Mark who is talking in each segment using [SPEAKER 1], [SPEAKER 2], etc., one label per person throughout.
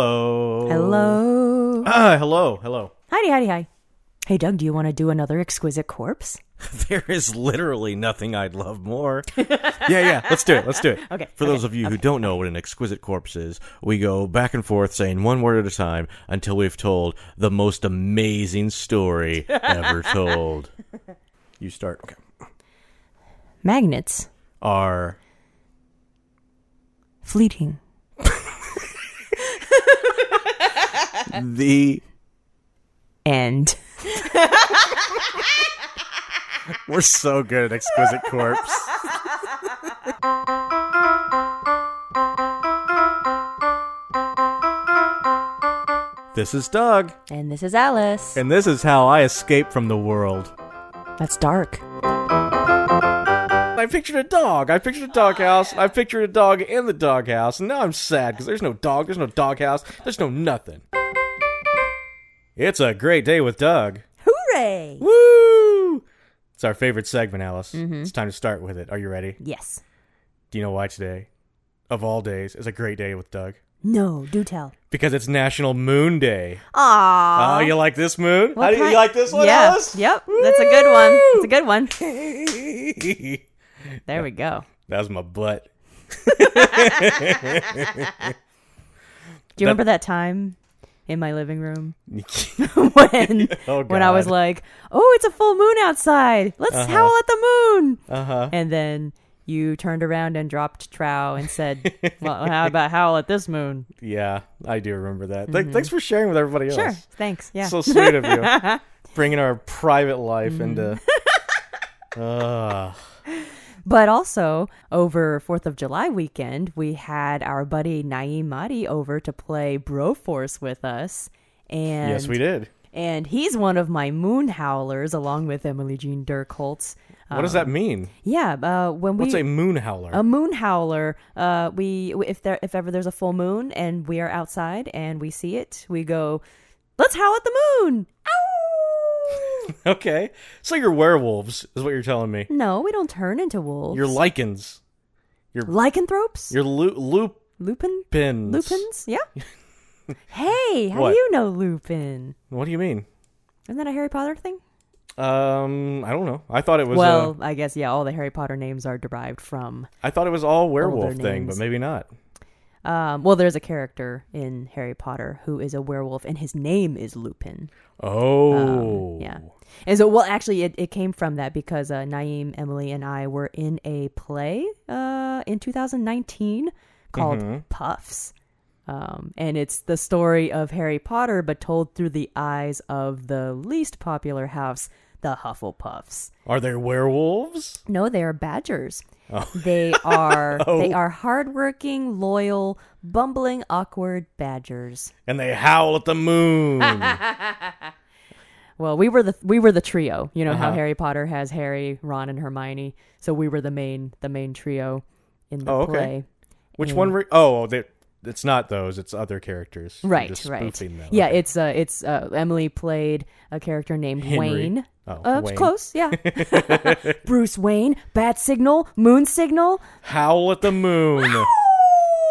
[SPEAKER 1] Hello.
[SPEAKER 2] Hello.
[SPEAKER 1] Ah, hello. Hello.
[SPEAKER 2] Heidi, Heidi, hi. Hey, Doug, do you want to do another exquisite corpse?
[SPEAKER 1] There is literally nothing I'd love more. yeah, yeah. Let's do it. Let's do it.
[SPEAKER 2] Okay,
[SPEAKER 1] For those of you who don't know what an exquisite corpse is, we go back and forth saying one word at a time until we've told the most amazing story ever told. You start. Okay.
[SPEAKER 2] Magnets,
[SPEAKER 1] Are
[SPEAKER 2] fleeting.
[SPEAKER 1] Uh, the
[SPEAKER 2] And
[SPEAKER 1] we're so good at exquisite corpse. This is Doug,
[SPEAKER 2] and this is Alice.
[SPEAKER 1] and this is how I escape from the world.
[SPEAKER 2] That's dark.
[SPEAKER 1] I pictured a dog. I pictured a doghouse. I pictured a dog in the doghouse. And now I'm sad because there's no dog. There's no doghouse. There's no nothing. It's a great day with Doug.
[SPEAKER 2] Hooray!
[SPEAKER 1] Woo! Mm-hmm. It's our favorite segment, Alice. It's time to start with it. Are you ready?
[SPEAKER 2] Yes.
[SPEAKER 1] Do you know why today, of all days, is a great day with Doug?
[SPEAKER 2] No, do tell.
[SPEAKER 1] Because it's National Moon Day.
[SPEAKER 2] Aww.
[SPEAKER 1] Oh, you like this moon? How do you,
[SPEAKER 2] kind-
[SPEAKER 1] you like this one,
[SPEAKER 2] Yeah.
[SPEAKER 1] Alice?
[SPEAKER 2] Yep. That's a good one. It's a good one. There we go.
[SPEAKER 1] that was my butt.
[SPEAKER 2] Do you remember that time in my living room when
[SPEAKER 1] Oh,
[SPEAKER 2] when I was
[SPEAKER 1] God. Uh-huh.
[SPEAKER 2] like, "Oh, it's a full moon outside. Let's howl at the moon."
[SPEAKER 1] Uh huh.
[SPEAKER 2] And then you turned around and dropped trow and said, "Well, how about howl at this moon?"
[SPEAKER 1] Yeah, I do remember that. Th- thanks for sharing with everybody else.
[SPEAKER 2] Mm-hmm. Sure. Thanks. Yeah.
[SPEAKER 1] So sweet of you. Bringing our private life into.
[SPEAKER 2] Mm-hmm.
[SPEAKER 1] Ah, Ugh.
[SPEAKER 2] But also, over 4th of July weekend, we had our buddy Naeem Mahdi over to play Broforce with us. And,
[SPEAKER 1] yes, we did.
[SPEAKER 2] And he's one of my moon howlers, along with Emily Jean Dirkholtz.
[SPEAKER 1] What does
[SPEAKER 2] um,
[SPEAKER 1] that mean?
[SPEAKER 2] Yeah, uh, when we
[SPEAKER 1] What's a moon howler?
[SPEAKER 2] a moon howler, uh, we if there if ever there's a full moon and we are outside and we see it, we go, let's howl at the moon. Ow!
[SPEAKER 1] okay. So you're werewolves, is what you're telling me.
[SPEAKER 2] no, we don't turn into wolves.
[SPEAKER 1] You're lichens.
[SPEAKER 2] lycanthropes,
[SPEAKER 1] You're lu- lupins.
[SPEAKER 2] lupin, Lupins, yeah. hey, how
[SPEAKER 1] What?
[SPEAKER 2] do you know Lupin?
[SPEAKER 1] What do you mean?
[SPEAKER 2] Isn't that a Harry Potter thing?
[SPEAKER 1] Um, I don't know. I thought it was.
[SPEAKER 2] well,
[SPEAKER 1] uh,
[SPEAKER 2] I guess yeah. All the Harry Potter names are derived from.
[SPEAKER 1] I thought it was all werewolf thing,
[SPEAKER 2] names.
[SPEAKER 1] but maybe not.
[SPEAKER 2] Um, well, there's a character in Harry Potter who is a werewolf, and his name is Lupin.
[SPEAKER 1] Oh,
[SPEAKER 2] Um, Yeah. And so, well, actually, it, it came from that because uh, Naeem, Emily, and I were in a play uh, in 2019 called Puffs. Um, and it's the story of Harry Potter, but told through the eyes of the least popular house, the Hufflepuffs.
[SPEAKER 1] Are there werewolves?
[SPEAKER 2] No, they are badgers. They are they are hardworking, loyal, bumbling, awkward badgers.
[SPEAKER 1] And they howl at the moon.
[SPEAKER 2] Well, we were the we were the trio. You know
[SPEAKER 1] Uh-huh.
[SPEAKER 2] how Harry Potter has Harry, Ron, and Hermione. So we were the main the main trio in the
[SPEAKER 1] Oh, okay.
[SPEAKER 2] play. Mm.
[SPEAKER 1] Which one? Re- oh, they, it's not those. It's other characters. You're
[SPEAKER 2] Right,
[SPEAKER 1] just
[SPEAKER 2] right.
[SPEAKER 1] spoofing them.
[SPEAKER 2] Yeah,
[SPEAKER 1] Okay.
[SPEAKER 2] it's uh, it's uh, Emily played a character named
[SPEAKER 1] Henry.
[SPEAKER 2] Wayne.
[SPEAKER 1] Oh,
[SPEAKER 2] uh,
[SPEAKER 1] Wayne.
[SPEAKER 2] close. Yeah, Bruce Wayne, bat signal, moon signal.
[SPEAKER 1] howl at the moon.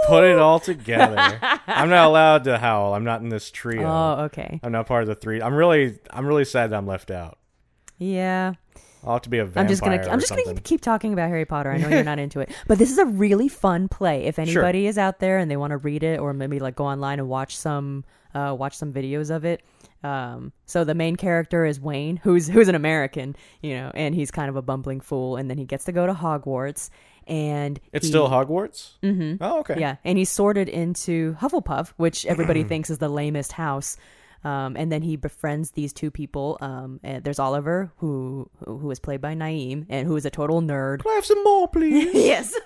[SPEAKER 1] Put it all together. I'm not allowed to howl. I'm not in this trio.
[SPEAKER 2] Oh, okay.
[SPEAKER 1] I'm not part of the three. I'm really, I'm really sad that I'm left out.
[SPEAKER 2] Yeah,
[SPEAKER 1] I'll have to be a vampire.
[SPEAKER 2] I'm just gonna
[SPEAKER 1] or
[SPEAKER 2] I'm just gonna
[SPEAKER 1] something.
[SPEAKER 2] keep talking about Harry Potter. I know you're not into it, but this is a really fun play. If anybody is out there and they want to read it, or maybe like go online and watch some uh, watch some videos of it. Um, so the main character is Wayne, who's who's an American, you know, and he's kind of a bumbling fool, and then he gets to go to Hogwarts, and
[SPEAKER 1] It's
[SPEAKER 2] he-
[SPEAKER 1] still Hogwarts. Mm-hmm. Oh, okay.
[SPEAKER 2] yeah, and he's sorted into Hufflepuff, which everybody
[SPEAKER 1] Mm-hmm.
[SPEAKER 2] thinks is the lamest house. Um, and then he befriends these two people. Um, and there's Oliver, who who who is played by Naeem, and who is a total nerd.
[SPEAKER 1] Can I have some more, please?
[SPEAKER 2] yes.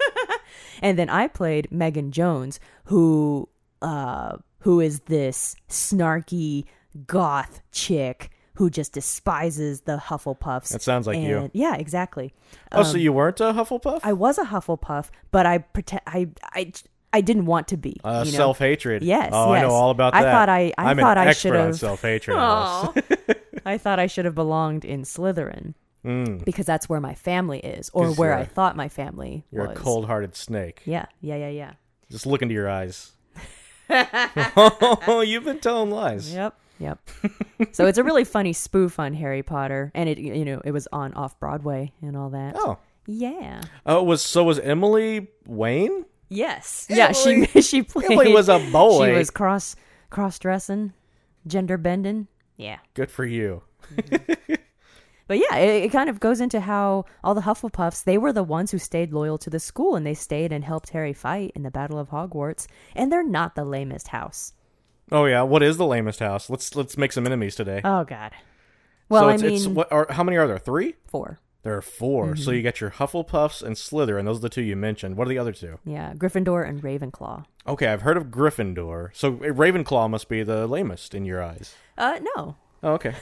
[SPEAKER 2] and then I played Megan Jones, who uh who is this snarky goth chick who just despises the Hufflepuffs.
[SPEAKER 1] That sounds like you.
[SPEAKER 2] And- Yeah, exactly.
[SPEAKER 1] oh, so you weren't a Hufflepuff?
[SPEAKER 2] Um, I was a Hufflepuff, but I pretend I I I didn't want to be.
[SPEAKER 1] uh,
[SPEAKER 2] you know?
[SPEAKER 1] self hatred.
[SPEAKER 2] Yes,
[SPEAKER 1] Oh, I
[SPEAKER 2] yes.
[SPEAKER 1] know all about
[SPEAKER 2] I
[SPEAKER 1] that.
[SPEAKER 2] thought I- I
[SPEAKER 1] am
[SPEAKER 2] thought
[SPEAKER 1] an
[SPEAKER 2] I
[SPEAKER 1] expert on
[SPEAKER 2] should've-
[SPEAKER 1] self hatred.
[SPEAKER 2] Aw. I thought I should have belonged in Slytherin
[SPEAKER 1] Mm.
[SPEAKER 2] because that's where my family is, or
[SPEAKER 1] Just,
[SPEAKER 2] where
[SPEAKER 1] uh,
[SPEAKER 2] I thought my family
[SPEAKER 1] You're
[SPEAKER 2] was.
[SPEAKER 1] a cold hearted snake.
[SPEAKER 2] Yeah, yeah, yeah, yeah.
[SPEAKER 1] Just look into your eyes. oh, you've been telling lies.
[SPEAKER 2] Yep. Yep. so it's a really funny spoof on Harry Potter, and it you know it was on off Broadway and all that.
[SPEAKER 1] Oh,
[SPEAKER 2] Yeah.
[SPEAKER 1] oh, was so was Emily Wayne?
[SPEAKER 2] Yes. Yeah. She she played.
[SPEAKER 1] Emily was a boy.
[SPEAKER 2] She was cross cross dressing, gender bending. Yeah.
[SPEAKER 1] Good for you.
[SPEAKER 2] But yeah, it, it kind of goes into how all the Hufflepuffs, they were the ones who stayed loyal to the school and they stayed and helped Harry fight in the Battle of Hogwarts, and they're not the lamest house.
[SPEAKER 1] Oh yeah, what is the lamest house? Let's let's make some enemies today.
[SPEAKER 2] Oh god. Well,
[SPEAKER 1] so it's,
[SPEAKER 2] I mean,
[SPEAKER 1] it's what are how many are there? Three?
[SPEAKER 2] four.
[SPEAKER 1] There are 4 So
[SPEAKER 2] Mm-hmm.
[SPEAKER 1] you got your Hufflepuffs and Slytherin. Those are the two you mentioned. What are the other two?
[SPEAKER 2] Yeah, Gryffindor and Ravenclaw.
[SPEAKER 1] Okay, I've heard of Gryffindor. So eh, Ravenclaw must be the lamest in your eyes.
[SPEAKER 2] Uh, no.
[SPEAKER 1] Oh, okay.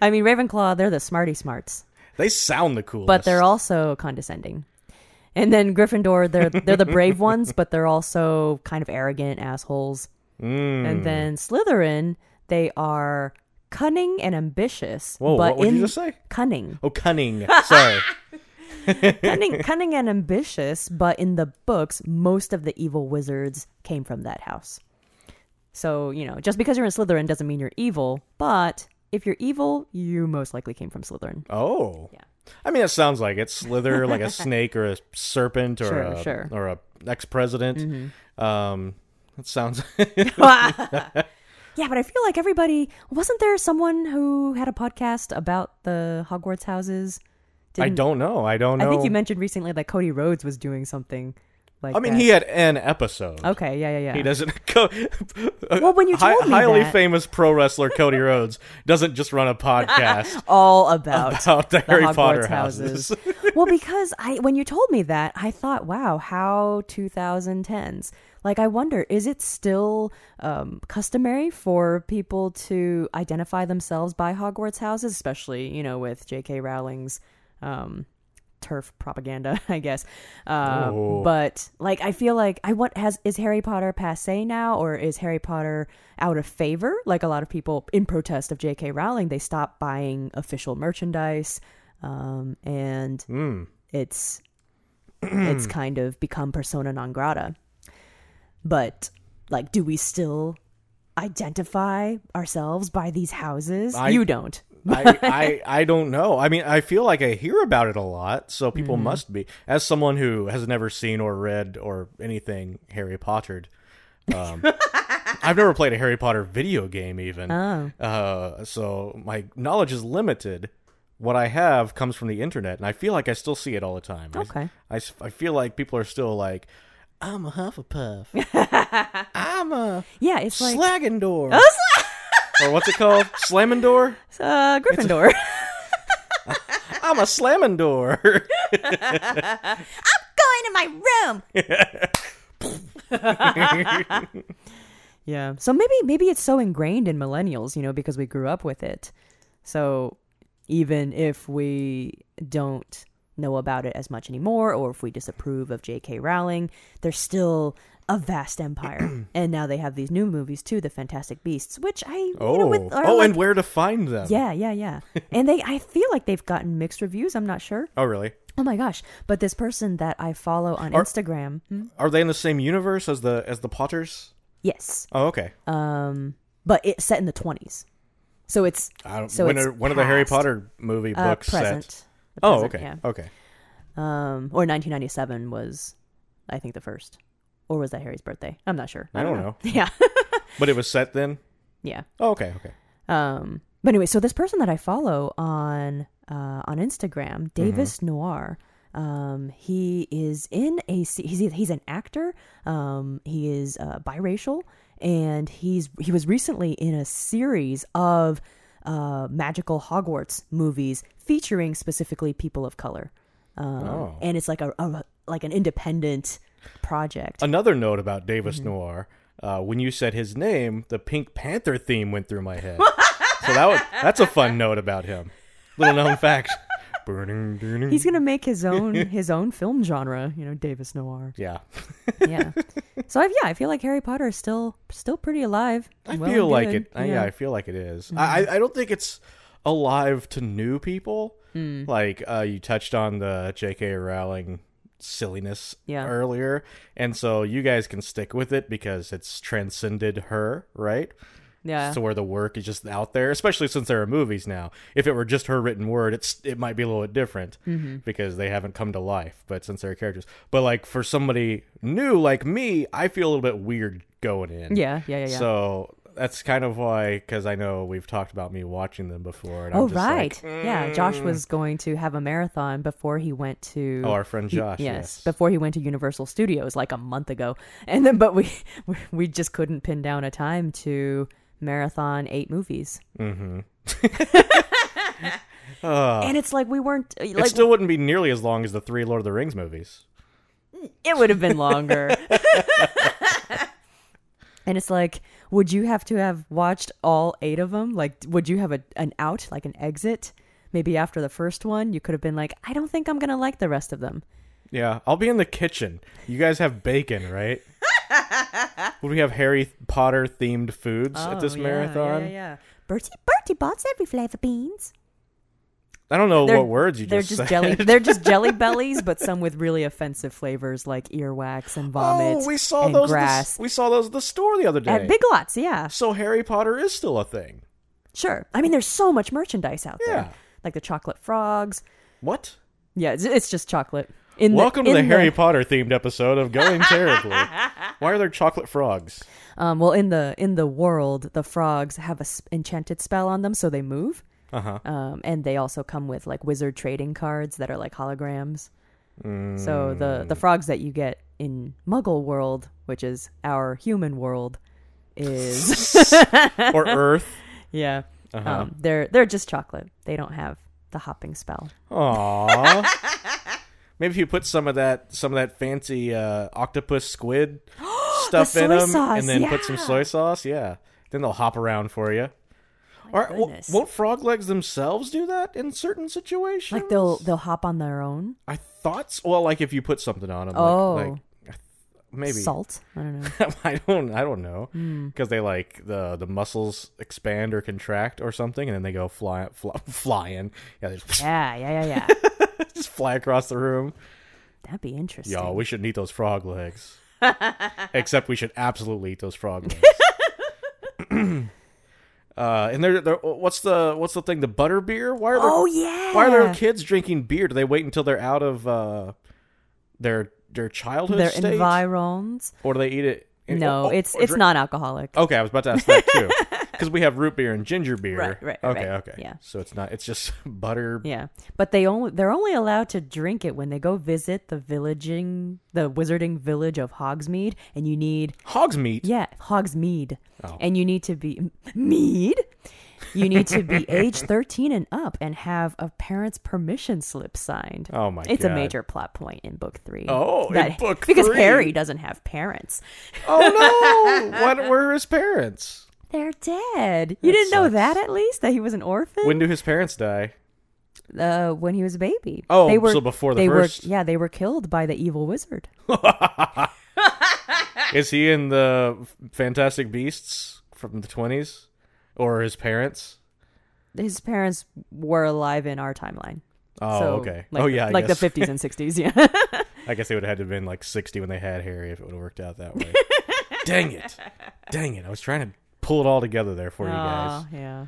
[SPEAKER 2] I mean, Ravenclaw, they're the smarty smarts,
[SPEAKER 1] they sound the coolest.
[SPEAKER 2] but they're also condescending. And then Gryffindor, they're they're the brave ones, but they're also kind of arrogant assholes.
[SPEAKER 1] Mm.
[SPEAKER 2] And then Slytherin, they are cunning and ambitious.
[SPEAKER 1] Whoa,
[SPEAKER 2] but
[SPEAKER 1] what would
[SPEAKER 2] in
[SPEAKER 1] you just say?
[SPEAKER 2] Cunning,
[SPEAKER 1] Oh, cunning. Sorry.
[SPEAKER 2] cunning, cunning and ambitious. But in the books, most of the evil wizards came from that house. So you know, just because you're in Slytherin doesn't mean you're evil. But if you're evil, you most likely came from Slytherin.
[SPEAKER 1] Oh. Yeah. I mean, that sounds like it. Slither like a snake or a serpent or
[SPEAKER 2] Sure,
[SPEAKER 1] a,
[SPEAKER 2] sure. Mm-hmm.
[SPEAKER 1] or a ex president. Um, that sounds.
[SPEAKER 2] Yeah, but I feel like everybody wasn't there someone who had a podcast about the Hogwarts houses?
[SPEAKER 1] I don't know. I don't know.
[SPEAKER 2] I think you mentioned recently that Cody Rhodes was doing something like
[SPEAKER 1] I mean,
[SPEAKER 2] that.
[SPEAKER 1] he had an episode.
[SPEAKER 2] Okay, yeah, yeah, yeah.
[SPEAKER 1] He doesn't. Co-
[SPEAKER 2] Well, when you told me
[SPEAKER 1] highly
[SPEAKER 2] that-
[SPEAKER 1] famous pro wrestler Cody Rhodes doesn't just run a podcast
[SPEAKER 2] All about,
[SPEAKER 1] about the,
[SPEAKER 2] the
[SPEAKER 1] Harry
[SPEAKER 2] Hogwarts
[SPEAKER 1] Potter
[SPEAKER 2] houses.
[SPEAKER 1] houses.
[SPEAKER 2] well, because I when you told me that, I thought, wow, how 2010s. Like I wonder, is it still um, customary for people to identify themselves by Hogwarts houses, especially you know with J.K. Rowling's um, turf propaganda, I guess. Uh,
[SPEAKER 1] Oh.
[SPEAKER 2] but like, I feel like I want has is Harry Potter passe now, or is Harry Potter out of favor? Like a lot of people in protest of J.K. Rowling, they stop buying official merchandise, um, and
[SPEAKER 1] Hmm.
[SPEAKER 2] it's it's kind of become persona non grata. But like, do we still identify ourselves by these houses?
[SPEAKER 1] I-
[SPEAKER 2] you don't.
[SPEAKER 1] I, I I don't know. I mean, I feel like I hear about it a lot, so people
[SPEAKER 2] Mm-hmm.
[SPEAKER 1] must be. As someone who has never seen or read or anything Harry Pottered, um, I've never played a Harry Potter video game even.
[SPEAKER 2] Oh.
[SPEAKER 1] Uh, so my knowledge is limited. What I have comes from the internet, and I feel like I still see it all the time. I-
[SPEAKER 2] Okay.
[SPEAKER 1] I, s- I feel like people are still like, I'm a Hufflepuff. I'm a
[SPEAKER 2] Yeah, it's like Oh,
[SPEAKER 1] Slagendor. or what's it called? Slamendor?
[SPEAKER 2] uh, Gryffindor.
[SPEAKER 1] I'm a Slamendor.
[SPEAKER 2] going in my room. yeah. So maybe maybe it's so ingrained in millennials, you know, because we grew up with it. So even if we don't know about it as much anymore or if we disapprove of J.K. Rowling, there's still a vast empire. and now they have these new movies too, The Fantastic Beasts, which I
[SPEAKER 1] Oh,
[SPEAKER 2] you know, with, are
[SPEAKER 1] oh,
[SPEAKER 2] like-
[SPEAKER 1] and where to find them?
[SPEAKER 2] yeah, yeah, yeah. and they I feel like they've gotten mixed reviews, I'm not sure.
[SPEAKER 1] Oh, really?
[SPEAKER 2] Oh my gosh. But this person that I follow on Instagram. Hmm?
[SPEAKER 1] Are they in the same universe as the as the Potters?
[SPEAKER 2] Yes,
[SPEAKER 1] Oh, okay.
[SPEAKER 2] um, but it's set in the twenties, so it's
[SPEAKER 1] I don't,
[SPEAKER 2] So
[SPEAKER 1] when
[SPEAKER 2] it's
[SPEAKER 1] are when are the Harry
[SPEAKER 2] past,
[SPEAKER 1] Potter movie
[SPEAKER 2] uh,
[SPEAKER 1] books
[SPEAKER 2] present.
[SPEAKER 1] set?
[SPEAKER 2] The
[SPEAKER 1] Oh,
[SPEAKER 2] present,
[SPEAKER 1] okay, okay.
[SPEAKER 2] Yeah. Um, or 1997 was, I think, the first, or was that Harry's birthday? I'm not sure.
[SPEAKER 1] I don't know.
[SPEAKER 2] Yeah,
[SPEAKER 1] But it was set then.
[SPEAKER 2] yeah.
[SPEAKER 1] Oh, okay, okay.
[SPEAKER 2] Um, but anyway, so this person that I follow on uh, on Instagram, Davis Noir, um, he is in a se- he's he's an actor. Um, he is uh, biracial, and he's he was recently in a series of uh, magical Hogwarts movies featuring specifically people of color. Um,
[SPEAKER 1] Oh.
[SPEAKER 2] and it's like a, a like an independent project.
[SPEAKER 1] Another note about Davis
[SPEAKER 2] Mm-hmm.
[SPEAKER 1] Noir. Uh, when you said his name, the Pink Panther theme went through my head. so that was, that's a fun note about him. Little known fact.
[SPEAKER 2] He's gonna make his own his own film genre, you know, Davis Noir.
[SPEAKER 1] yeah.
[SPEAKER 2] yeah. So I yeah, I feel like Harry Potter is still still pretty alive.
[SPEAKER 1] I
[SPEAKER 2] Well
[SPEAKER 1] feel
[SPEAKER 2] and
[SPEAKER 1] like
[SPEAKER 2] good. Mm-hmm.
[SPEAKER 1] it. I- Yeah. I feel like it is. I I I don't think it's
[SPEAKER 2] Mm.
[SPEAKER 1] alive to new people. Like uh, you touched on the J.K. Rowling silliness
[SPEAKER 2] Yeah.
[SPEAKER 1] earlier. And so you guys can stick with it because it's transcended her, right?
[SPEAKER 2] Yeah.
[SPEAKER 1] So where the work is just out there, especially since there are movies now. If it were just her written word, it's it might be a little bit different
[SPEAKER 2] Mm-hmm.
[SPEAKER 1] because they haven't come to life. But since they're characters, but like for somebody new like me, I feel a little bit weird going in.
[SPEAKER 2] yeah. Yeah. Yeah. Yeah.
[SPEAKER 1] So that's kind of why, because I know we've talked about me watching them before. And
[SPEAKER 2] oh
[SPEAKER 1] I'm just
[SPEAKER 2] right.
[SPEAKER 1] Like, Mm.
[SPEAKER 2] Yeah. Josh was going to have a marathon before he went to.
[SPEAKER 1] oh, our friend Josh.
[SPEAKER 2] yes, before he went to Universal Studios like a month ago, and then but we we just couldn't pin down a time to marathon eight movies,
[SPEAKER 1] Mm-hmm. Ah.
[SPEAKER 2] and it's like we weren't like
[SPEAKER 1] it still wouldn't be nearly as long as the three Lord of the Rings movies.
[SPEAKER 2] it would have been longer. and it's like, would you have to have watched all eight of them? Like, would you have a, an out, like an exit? Maybe after the first one, you could have been like, I don't think I'm going to like the rest of them.
[SPEAKER 1] Yeah, I'll be in the kitchen. You guys have bacon, right? Would we have Harry Potter themed foods at this marathon?
[SPEAKER 2] Oh, Yeah, yeah. Bertie, Bertie bought every flavor beans.
[SPEAKER 1] I don't know
[SPEAKER 2] They're-
[SPEAKER 1] what words you
[SPEAKER 2] They're
[SPEAKER 1] just,
[SPEAKER 2] just
[SPEAKER 1] said.
[SPEAKER 2] jelly. They're just jelly bellies, but some with really offensive flavors like earwax and vomit.
[SPEAKER 1] oh, we saw
[SPEAKER 2] and
[SPEAKER 1] those. at the s-
[SPEAKER 2] grass
[SPEAKER 1] we saw those at the store the other day.
[SPEAKER 2] at Big Lots. Yeah,
[SPEAKER 1] so Harry Potter is still a thing.
[SPEAKER 2] sure. I mean, there's so much merchandise out
[SPEAKER 1] Yeah.
[SPEAKER 2] there, like the chocolate frogs.
[SPEAKER 1] What?
[SPEAKER 2] Yeah, it's, it's just chocolate. In
[SPEAKER 1] Welcome to the
[SPEAKER 2] in
[SPEAKER 1] Harry Potter themed episode of Going Terribly. Why are there chocolate frogs?
[SPEAKER 2] Um, well, in the in the world, the frogs have a s- enchanted spell on them, so they move.
[SPEAKER 1] Uh huh.
[SPEAKER 2] Um, and they also come with like wizard trading cards that are like holograms. So the
[SPEAKER 1] Mm.
[SPEAKER 2] the frogs that you get in Muggle world, which is our human world, is
[SPEAKER 1] or Earth.
[SPEAKER 2] yeah,
[SPEAKER 1] Uh-huh.
[SPEAKER 2] um, they're they're just chocolate. They don't have the hopping spell.
[SPEAKER 1] Aww. Maybe if you put some of that some of that fancy uh, octopus squid stuff
[SPEAKER 2] The
[SPEAKER 1] in
[SPEAKER 2] soy
[SPEAKER 1] them,
[SPEAKER 2] sauce,
[SPEAKER 1] and then put some
[SPEAKER 2] yeah.
[SPEAKER 1] soy sauce, yeah, then they'll hop around for you. Or w-
[SPEAKER 2] goodness.
[SPEAKER 1] won't frog legs themselves do that in certain situations?
[SPEAKER 2] Like they'll they'll hop on their own.
[SPEAKER 1] I thought. s- Well, like if you put something on them,
[SPEAKER 2] Oh.
[SPEAKER 1] like, like I th- maybe
[SPEAKER 2] Salt. I don't know.
[SPEAKER 1] I don't. I don't know
[SPEAKER 2] Hmm.
[SPEAKER 1] because they like the the muscles expand or contract or something, and then they go fly, fly flying. Yeah, they just,
[SPEAKER 2] Yeah, yeah, yeah, yeah.
[SPEAKER 1] just fly across the room.
[SPEAKER 2] That'd be interesting.
[SPEAKER 1] Y'all, we shouldn't eat those frog legs. Except we should absolutely eat those frog legs. uh, and they're, they're what's the what's the thing? The butter beer? Why are there,
[SPEAKER 2] Oh yeah.
[SPEAKER 1] why are there kids drinking beer? Do they wait until they're out of uh, their their childhood
[SPEAKER 2] their
[SPEAKER 1] stage,
[SPEAKER 2] environs.
[SPEAKER 1] or do they eat it?
[SPEAKER 2] No,
[SPEAKER 1] oh,
[SPEAKER 2] it's
[SPEAKER 1] or Oh.
[SPEAKER 2] it's
[SPEAKER 1] drink-
[SPEAKER 2] non-alcoholic.
[SPEAKER 1] Okay, I was about to ask that too, because we have root beer and ginger beer.
[SPEAKER 2] Right, right,
[SPEAKER 1] Okay,
[SPEAKER 2] right,
[SPEAKER 1] okay.
[SPEAKER 2] yeah.
[SPEAKER 1] So it's not. It's just butter.
[SPEAKER 2] Yeah, but they only they're only allowed to drink it when they go visit the villaging the wizarding village of Hogsmeade, and you need
[SPEAKER 1] Hog's meat.
[SPEAKER 2] yeah Hogsmeade,
[SPEAKER 1] Oh.
[SPEAKER 2] and you need to be mead. You need to be age thirteen and up and have a parent's permission slip signed.
[SPEAKER 1] Oh my
[SPEAKER 2] It's
[SPEAKER 1] God.
[SPEAKER 2] a major plot point in book three.
[SPEAKER 1] Oh, in book
[SPEAKER 2] because
[SPEAKER 1] three.
[SPEAKER 2] Harry doesn't have parents.
[SPEAKER 1] Oh no! what were his parents?
[SPEAKER 2] They're dead. You didn't know that at least that he was an orphan.
[SPEAKER 1] When do his parents die?
[SPEAKER 2] uh, when he was a baby.
[SPEAKER 1] Oh, so before the
[SPEAKER 2] they
[SPEAKER 1] first-
[SPEAKER 2] Were, yeah, they were killed by the evil wizard.
[SPEAKER 1] Is he in the Fantastic Beasts from the twenties, or his parents?
[SPEAKER 2] His parents were alive in our timeline.
[SPEAKER 1] Oh,
[SPEAKER 2] So,
[SPEAKER 1] okay.
[SPEAKER 2] Like,
[SPEAKER 1] oh, yeah. I
[SPEAKER 2] like
[SPEAKER 1] guess.
[SPEAKER 2] the fifties and sixties. Yeah,
[SPEAKER 1] I guess they would have had to have been like sixty when they had Harry if it would have worked out that way. Dang it! Dang it! I was trying to pull it all together there for you guys.
[SPEAKER 2] Oh, yeah.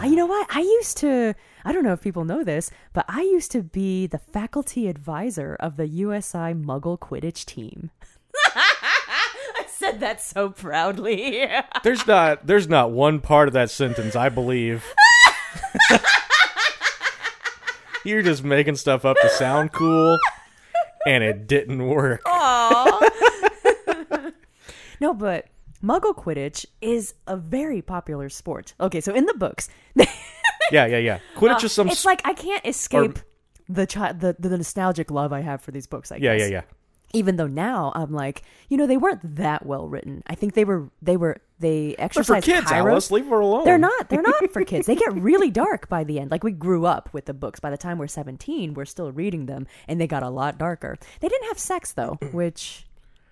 [SPEAKER 2] Uh, you know what? I used to. I don't know if people know this, but I used to be the faculty advisor of the USI Muggle Quidditch team. I said that so proudly.
[SPEAKER 1] There's not. There's not one part of that sentence I believe. You're just making stuff up to sound cool, and it didn't work.
[SPEAKER 2] No, but Muggle Quidditch is a very popular sport. Okay, so in the books, it's
[SPEAKER 1] Yeah, yeah, yeah. Quidditch is some.
[SPEAKER 2] Oh, like I can't escape the, chi- the the nostalgic love I have for these books. I
[SPEAKER 1] yeah,
[SPEAKER 2] guess.
[SPEAKER 1] yeah, yeah.
[SPEAKER 2] Even though now I'm like, you know, they weren't that well written. I think they were they were they
[SPEAKER 1] But for
[SPEAKER 2] exercised
[SPEAKER 1] kids,
[SPEAKER 2] kairos.
[SPEAKER 1] Alice, Oh. leave her alone.
[SPEAKER 2] They're not. They're not for kids. They get really dark by the end. Like we grew up with the books. By the time we're 17, we're still reading them, and they got a lot darker. They didn't have sex though, which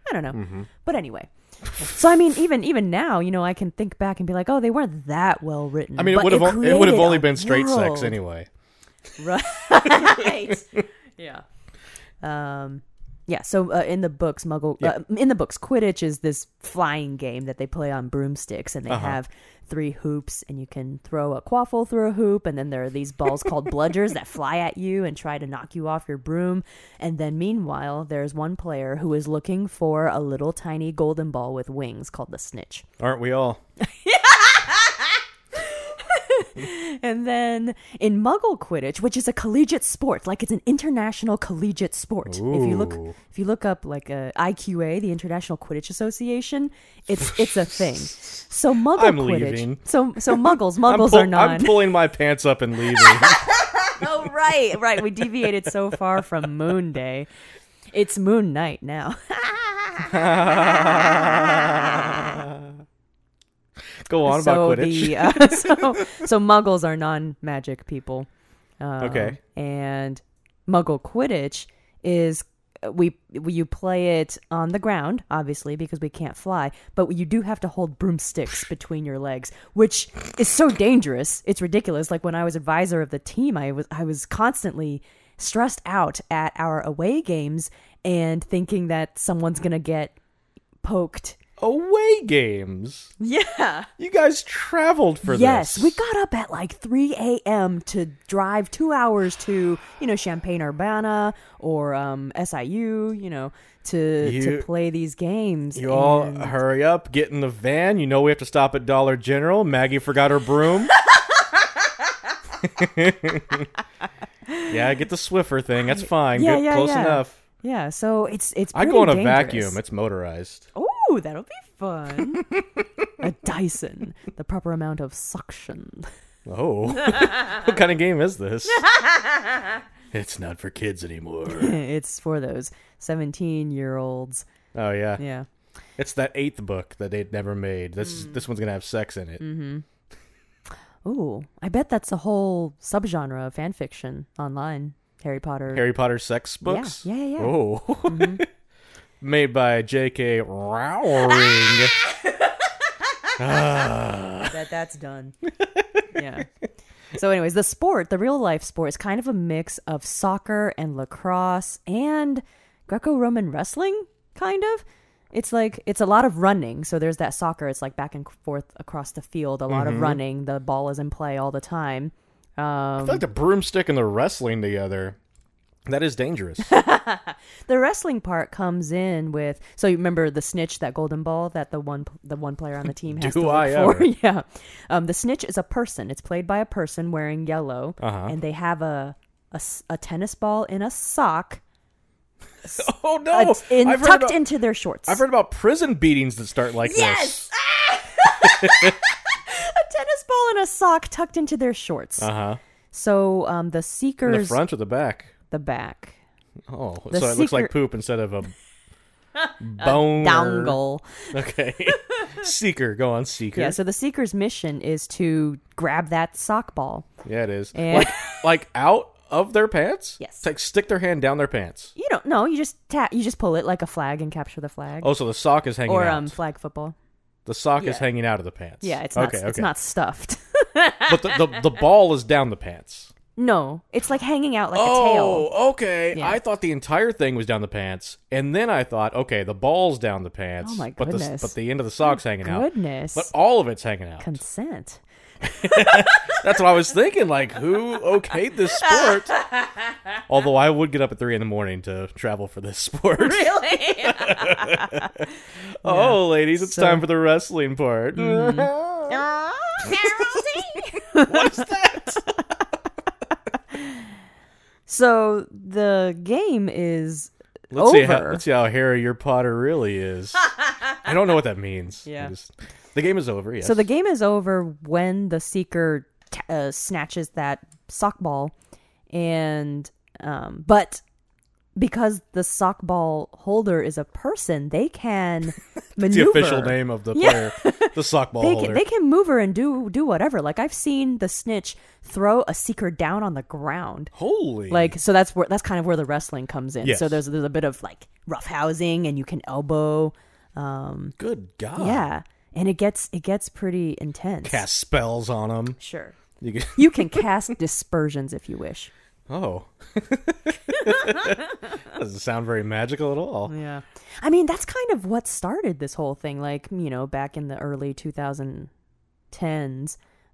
[SPEAKER 2] I don't know.
[SPEAKER 1] Mm-hmm.
[SPEAKER 2] But anyway, so I mean, even even now, you know, I can think back and be like, oh, they weren't that well written.
[SPEAKER 1] I mean, it would have on- it would have only been straight sex anyway.
[SPEAKER 2] Right. yeah. Um, yeah, so uh, in the books, Muggle uh, in the books, Quidditch is this flying game that they play on broomsticks, and they have three hoops, and you can throw a quaffle through a hoop, and then there are these balls called bludgers that fly at you and try to knock you off your broom. And then meanwhile, there's one player who is looking for a little tiny golden ball with wings called the Snitch.
[SPEAKER 1] Aren't we all?
[SPEAKER 2] And then in Muggle Quidditch, which is a collegiate sport, like it's an international collegiate sport. If you
[SPEAKER 1] Ooh.
[SPEAKER 2] look, if you look up like uh, IQA, the International Quidditch Association, it's it's a thing. So Muggle
[SPEAKER 1] I'm
[SPEAKER 2] Quidditch.
[SPEAKER 1] leaving.
[SPEAKER 2] So so Muggles, Muggles
[SPEAKER 1] pull-
[SPEAKER 2] are non.
[SPEAKER 1] I'm pulling my pants up and leaving.
[SPEAKER 2] oh right, right. We deviated so far from Moon Day. It's Moon Night now.
[SPEAKER 1] Go on
[SPEAKER 2] so
[SPEAKER 1] about Quidditch.
[SPEAKER 2] the uh, so so muggles are non-magic people Um,
[SPEAKER 1] Okay.
[SPEAKER 2] and muggle quidditch is uh, we, we you play it on the ground obviously because we can't fly but you do have to hold broomsticks between your legs which is so dangerous it's ridiculous like when i was advisor of the team i was i was constantly stressed out at our away games and thinking that someone's going to get poked
[SPEAKER 1] Away games.
[SPEAKER 2] yeah
[SPEAKER 1] You guys traveled for
[SPEAKER 2] Yes,
[SPEAKER 1] this.
[SPEAKER 2] we got up at like 3 a.m. to drive two hours to, you know, Champaign Urbana or um, SIU, you know, to
[SPEAKER 1] You-
[SPEAKER 2] to play these games.
[SPEAKER 1] You all
[SPEAKER 2] and-
[SPEAKER 1] hurry up, get in the van. You know we have to stop at Dollar General. Maggie forgot her broom. yeah, get the Swiffer thing. That's fine.
[SPEAKER 2] Yeah,
[SPEAKER 1] Good-
[SPEAKER 2] yeah,
[SPEAKER 1] close
[SPEAKER 2] yeah.
[SPEAKER 1] enough.
[SPEAKER 2] yeah, so it's it's.
[SPEAKER 1] I go in a
[SPEAKER 2] pretty dangerous.
[SPEAKER 1] vacuum. It's motorized.
[SPEAKER 2] Ooh, that'll be fun. a Dyson, the proper amount of suction.
[SPEAKER 1] Oh, what kind of game is this? it's not for kids anymore.
[SPEAKER 2] it's for those 17 year olds.
[SPEAKER 1] Oh yeah.
[SPEAKER 2] Yeah.
[SPEAKER 1] it's that eighth book that they'd never made. This this one's gonna have sex in it.
[SPEAKER 2] Ooh, I bet that's a whole subgenre of fan fiction online. Harry Potter.
[SPEAKER 1] Harry Potter sex books.
[SPEAKER 2] yeah, yeah, Mm-hmm. yeah.
[SPEAKER 1] Oh, made by J.K. Rowling.
[SPEAKER 2] Ah! that that's done. yeah. So, anyways, the sport, the real life sport, is kind of a mix of soccer and lacrosse and Greco-Roman wrestling, kind of. It's like it's a lot of running. So there's that soccer. It's like back and forth across the field. A lot of running. The ball is in play all the time. Um,
[SPEAKER 1] I feel like the broomstick and the wrestling together. That is dangerous.
[SPEAKER 2] The wrestling part comes in with so you remember the snitch, that golden ball that the one the one player on the team has
[SPEAKER 1] Do
[SPEAKER 2] to look
[SPEAKER 1] I
[SPEAKER 2] for.
[SPEAKER 1] ever.
[SPEAKER 2] yeah, um, the snitch is a person. It's played by a person wearing yellow,
[SPEAKER 1] Uh-huh.
[SPEAKER 2] and they have a, a s- a tennis ball in a sock
[SPEAKER 1] oh no!
[SPEAKER 2] uh, in,
[SPEAKER 1] I've, heard
[SPEAKER 2] tucked
[SPEAKER 1] about,
[SPEAKER 2] into their shorts.
[SPEAKER 1] I've heard about prison beatings that start like
[SPEAKER 2] Yes! a tennis ball in a sock tucked into their shorts.
[SPEAKER 1] this. Uh huh.
[SPEAKER 2] so um,
[SPEAKER 1] In
[SPEAKER 2] the
[SPEAKER 1] the
[SPEAKER 2] seekers
[SPEAKER 1] front or the back?
[SPEAKER 2] the back
[SPEAKER 1] Oh, so
[SPEAKER 2] The
[SPEAKER 1] it looks like
[SPEAKER 2] secret-
[SPEAKER 1] poop instead of a bone.
[SPEAKER 2] dongle.
[SPEAKER 1] Okay. seeker, go on, seeker.
[SPEAKER 2] Yeah, so the seekers' mission is to grab that sock ball.
[SPEAKER 1] Yeah, it is.
[SPEAKER 2] And-
[SPEAKER 1] Like, like out of their pants.
[SPEAKER 2] Yes.
[SPEAKER 1] Like stick their hand down their pants.
[SPEAKER 2] You don't know. You just tap. You just pull it like a flag and capture the flag,
[SPEAKER 1] Oh, so the sock is hanging
[SPEAKER 2] or
[SPEAKER 1] out.
[SPEAKER 2] um, flag football.
[SPEAKER 1] the sock is
[SPEAKER 2] yeah.
[SPEAKER 1] hanging out of the pants.
[SPEAKER 2] Yeah, it's not.
[SPEAKER 1] okay.
[SPEAKER 2] It's
[SPEAKER 1] okay.
[SPEAKER 2] not stuffed.
[SPEAKER 1] But the, the the ball is down the pants.
[SPEAKER 2] no, it's like hanging out like a tail.
[SPEAKER 1] Oh, okay.
[SPEAKER 2] Yeah.
[SPEAKER 1] I thought the entire thing was down the pants, and then I thought, okay, the ball's down the pants.
[SPEAKER 2] Oh, my
[SPEAKER 1] But the,
[SPEAKER 2] goodness. Oh,
[SPEAKER 1] but the end of the sock's hanging out.
[SPEAKER 2] Goodness,
[SPEAKER 1] But all of it's hanging out.
[SPEAKER 2] consent.
[SPEAKER 1] That's what I was thinking. Like, who okayed this sport? Although I would get up at three in the morning to travel for this sport.
[SPEAKER 2] Really?
[SPEAKER 1] Oh, ladies, it's
[SPEAKER 2] So- Mm.
[SPEAKER 1] time for the wrestling part. what is that?
[SPEAKER 2] so the game is
[SPEAKER 1] Let's see, how,
[SPEAKER 2] Over.
[SPEAKER 1] let's see how hairy your Potter really is. I don't know what that means. I
[SPEAKER 2] Yeah.
[SPEAKER 1] just- the game is over. Yes.
[SPEAKER 2] so the game is over when the seeker t- uh, snatches that sock ball, and um, but because the sock ball holder is a person, they can
[SPEAKER 1] It's the
[SPEAKER 2] maneuver.
[SPEAKER 1] official name of the player, the sock ball
[SPEAKER 2] they
[SPEAKER 1] holder.
[SPEAKER 2] can, they can move her and do do whatever. Like I've seen the snitch throw a seeker down on the ground.
[SPEAKER 1] Holy!
[SPEAKER 2] Like so that's where that's kind of where the wrestling comes in.
[SPEAKER 1] Yes.
[SPEAKER 2] So there's there's a bit of like rough housing and you can elbow.
[SPEAKER 1] good God!
[SPEAKER 2] Yeah. And it gets it gets pretty intense.
[SPEAKER 1] Cast spells on them.
[SPEAKER 2] Sure.
[SPEAKER 1] You can,
[SPEAKER 2] You can cast dispersions if you wish.
[SPEAKER 1] Oh. Doesn't sound very magical at all.
[SPEAKER 2] Yeah. I mean, that's kind of what started this whole thing. Like, you know, back in the early 2010s,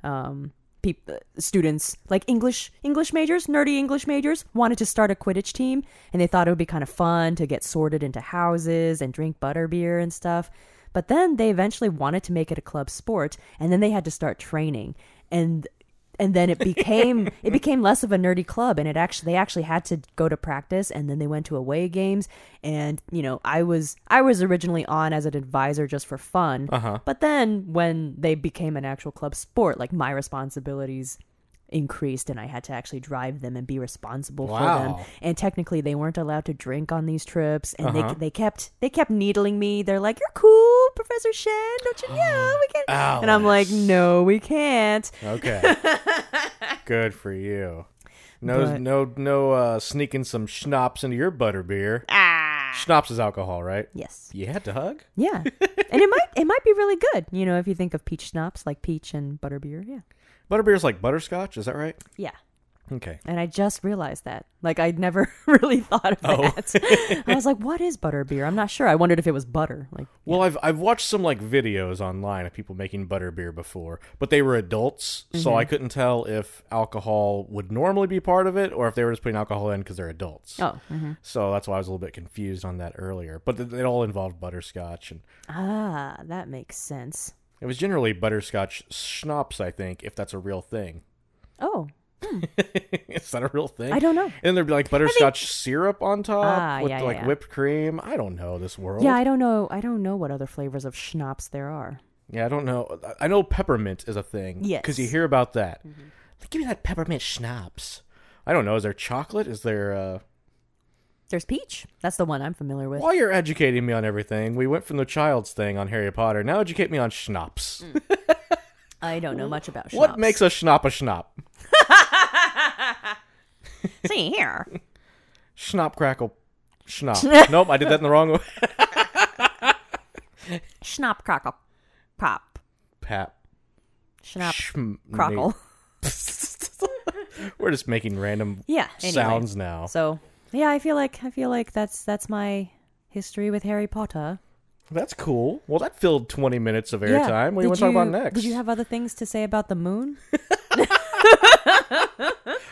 [SPEAKER 2] um, peop- uh, students like English English majors, nerdy English majors, wanted to start a Quidditch team, and they thought it would be kind of fun to get sorted into houses and drink butterbeer and stuff. But then they eventually wanted to make it a club sport, and then they had to start training. And and then it became it became less of a nerdy club and it actually they actually had to go to practice and then they went to away games and you know i was i was originally on as an advisor just for fun
[SPEAKER 1] Uh-huh.
[SPEAKER 2] but then when they became an actual club sport like my responsibilities increased and i had to actually drive them and be responsible for
[SPEAKER 1] Wow.
[SPEAKER 2] them and technically they weren't allowed to drink on these trips and
[SPEAKER 1] Uh-huh.
[SPEAKER 2] they, they kept they kept needling me they're like you're cool professor shen don't you
[SPEAKER 1] Oh.
[SPEAKER 2] know we can and i'm like
[SPEAKER 1] Alex.
[SPEAKER 2] no we can't
[SPEAKER 1] Okay. Good for you. No,
[SPEAKER 2] But-
[SPEAKER 1] no, no, uh, sneaking some schnapps into your butterbeer.
[SPEAKER 2] ah
[SPEAKER 1] Schnapps is alcohol, right?
[SPEAKER 2] yes
[SPEAKER 1] Yeah, Doug.
[SPEAKER 2] Yeah. and it might it might be really good, you know, if you think of peach schnapps like peach and butterbeer. Yeah.
[SPEAKER 1] Butterbeer's like butterscotch, is that right?
[SPEAKER 2] Yeah.
[SPEAKER 1] Okay.
[SPEAKER 2] And I just realized that. Like I'd never really thought of
[SPEAKER 1] Oh.
[SPEAKER 2] that. I was like, what is butterbeer? I'm not sure. I wondered if it was butter. Like
[SPEAKER 1] Well, I've I've watched some like videos online of people making butterbeer before, but they were adults,
[SPEAKER 2] Mm-hmm.
[SPEAKER 1] so I couldn't tell if alcohol would normally be part of it or if they were just putting alcohol in because they're adults.
[SPEAKER 2] oh. mhm.
[SPEAKER 1] So that's why I was a little bit confused on that earlier. But th- it all involved butterscotch, and
[SPEAKER 2] Ah, that makes sense.
[SPEAKER 1] it was generally butterscotch schnapps, I think, if that's a real thing.
[SPEAKER 2] Oh.
[SPEAKER 1] Is that a real thing?
[SPEAKER 2] I don't know.
[SPEAKER 1] And there'd be like butterscotch syrup on top
[SPEAKER 2] Ah,
[SPEAKER 1] with
[SPEAKER 2] yeah, yeah,
[SPEAKER 1] like
[SPEAKER 2] yeah.
[SPEAKER 1] whipped cream. I don't know this world.
[SPEAKER 2] Yeah, I don't know I don't know what other flavors of schnapps there are.
[SPEAKER 1] Yeah, I don't know. I- I know peppermint is a thing.
[SPEAKER 2] Yes. Mm-hmm.
[SPEAKER 1] Because you hear about that. Like, Give me that peppermint schnapps. I don't know. Is there chocolate? Is there. Uh...
[SPEAKER 2] There's peach. That's the one I'm familiar with.
[SPEAKER 1] While you're educating me on everything, we went from the child's thing on Harry Potter. Now educate me on schnapps.
[SPEAKER 2] I don't know much about Mm, schnapps.
[SPEAKER 1] What makes a schnapp a schnapp?
[SPEAKER 2] See here.
[SPEAKER 1] Schnapp crackle. Schnapp. nope, I did that in the wrong way.
[SPEAKER 2] Schnapp crackle pop.
[SPEAKER 1] Pap.
[SPEAKER 2] Schnapp
[SPEAKER 1] Schm-
[SPEAKER 2] crackle.
[SPEAKER 1] We're just making random
[SPEAKER 2] Yeah. Anyway.
[SPEAKER 1] sounds now.
[SPEAKER 2] So yeah, I feel like I feel like that's that's my history with Harry Potter.
[SPEAKER 1] That's cool. Well, that filled 20 minutes of airtime. What do you want to talk about next?
[SPEAKER 2] Did you have other things to say about the moon?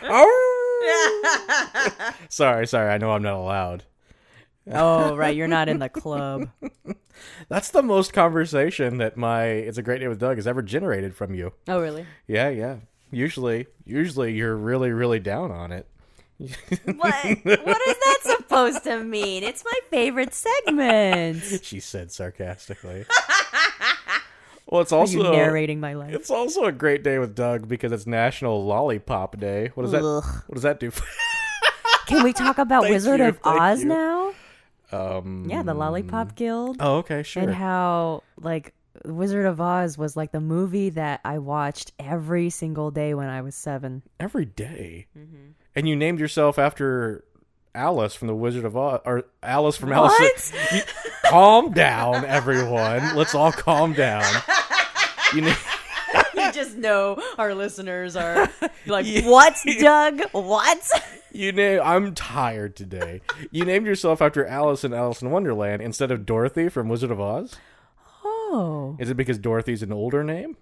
[SPEAKER 1] Ow! Oh! sorry, sorry. I know I'm not allowed.
[SPEAKER 2] oh right, you're not in the club.
[SPEAKER 1] That's the most conversation that my "It's a Great Day with Doug" has ever generated from you.
[SPEAKER 2] Oh really?
[SPEAKER 1] Yeah, yeah. Usually, usually you're really, really down on it.
[SPEAKER 2] What? What is that supposed to mean? It's my favorite segment.
[SPEAKER 1] She said sarcastically. well, it's
[SPEAKER 2] Are you
[SPEAKER 1] also
[SPEAKER 2] narrating my life?
[SPEAKER 1] it's also a great day with Doug because it's National Lollipop Day. What does that?
[SPEAKER 2] Ugh.
[SPEAKER 1] What does that do? For,
[SPEAKER 2] Can we talk about
[SPEAKER 1] Thank
[SPEAKER 2] Wizard
[SPEAKER 1] you,
[SPEAKER 2] of
[SPEAKER 1] thank
[SPEAKER 2] Oz
[SPEAKER 1] you.
[SPEAKER 2] now?
[SPEAKER 1] um.
[SPEAKER 2] Yeah, the Lollipop Guild.
[SPEAKER 1] Oh, okay, sure.
[SPEAKER 2] and how like Wizard of Oz was like the movie that I watched every single day when I was seven.
[SPEAKER 1] every day. and you named yourself after Alice from the Wizard of Oz, or Alice from Alice. You- calm down, everyone. Let's all calm down. You na-
[SPEAKER 2] you just know our listeners are like, what, Doug? What?
[SPEAKER 1] you name. I'm tired today. You named yourself after Alice in Alice in Wonderland instead of Dorothy from Wizard of Oz.
[SPEAKER 2] Oh.
[SPEAKER 1] Is it because Dorothy's an older name?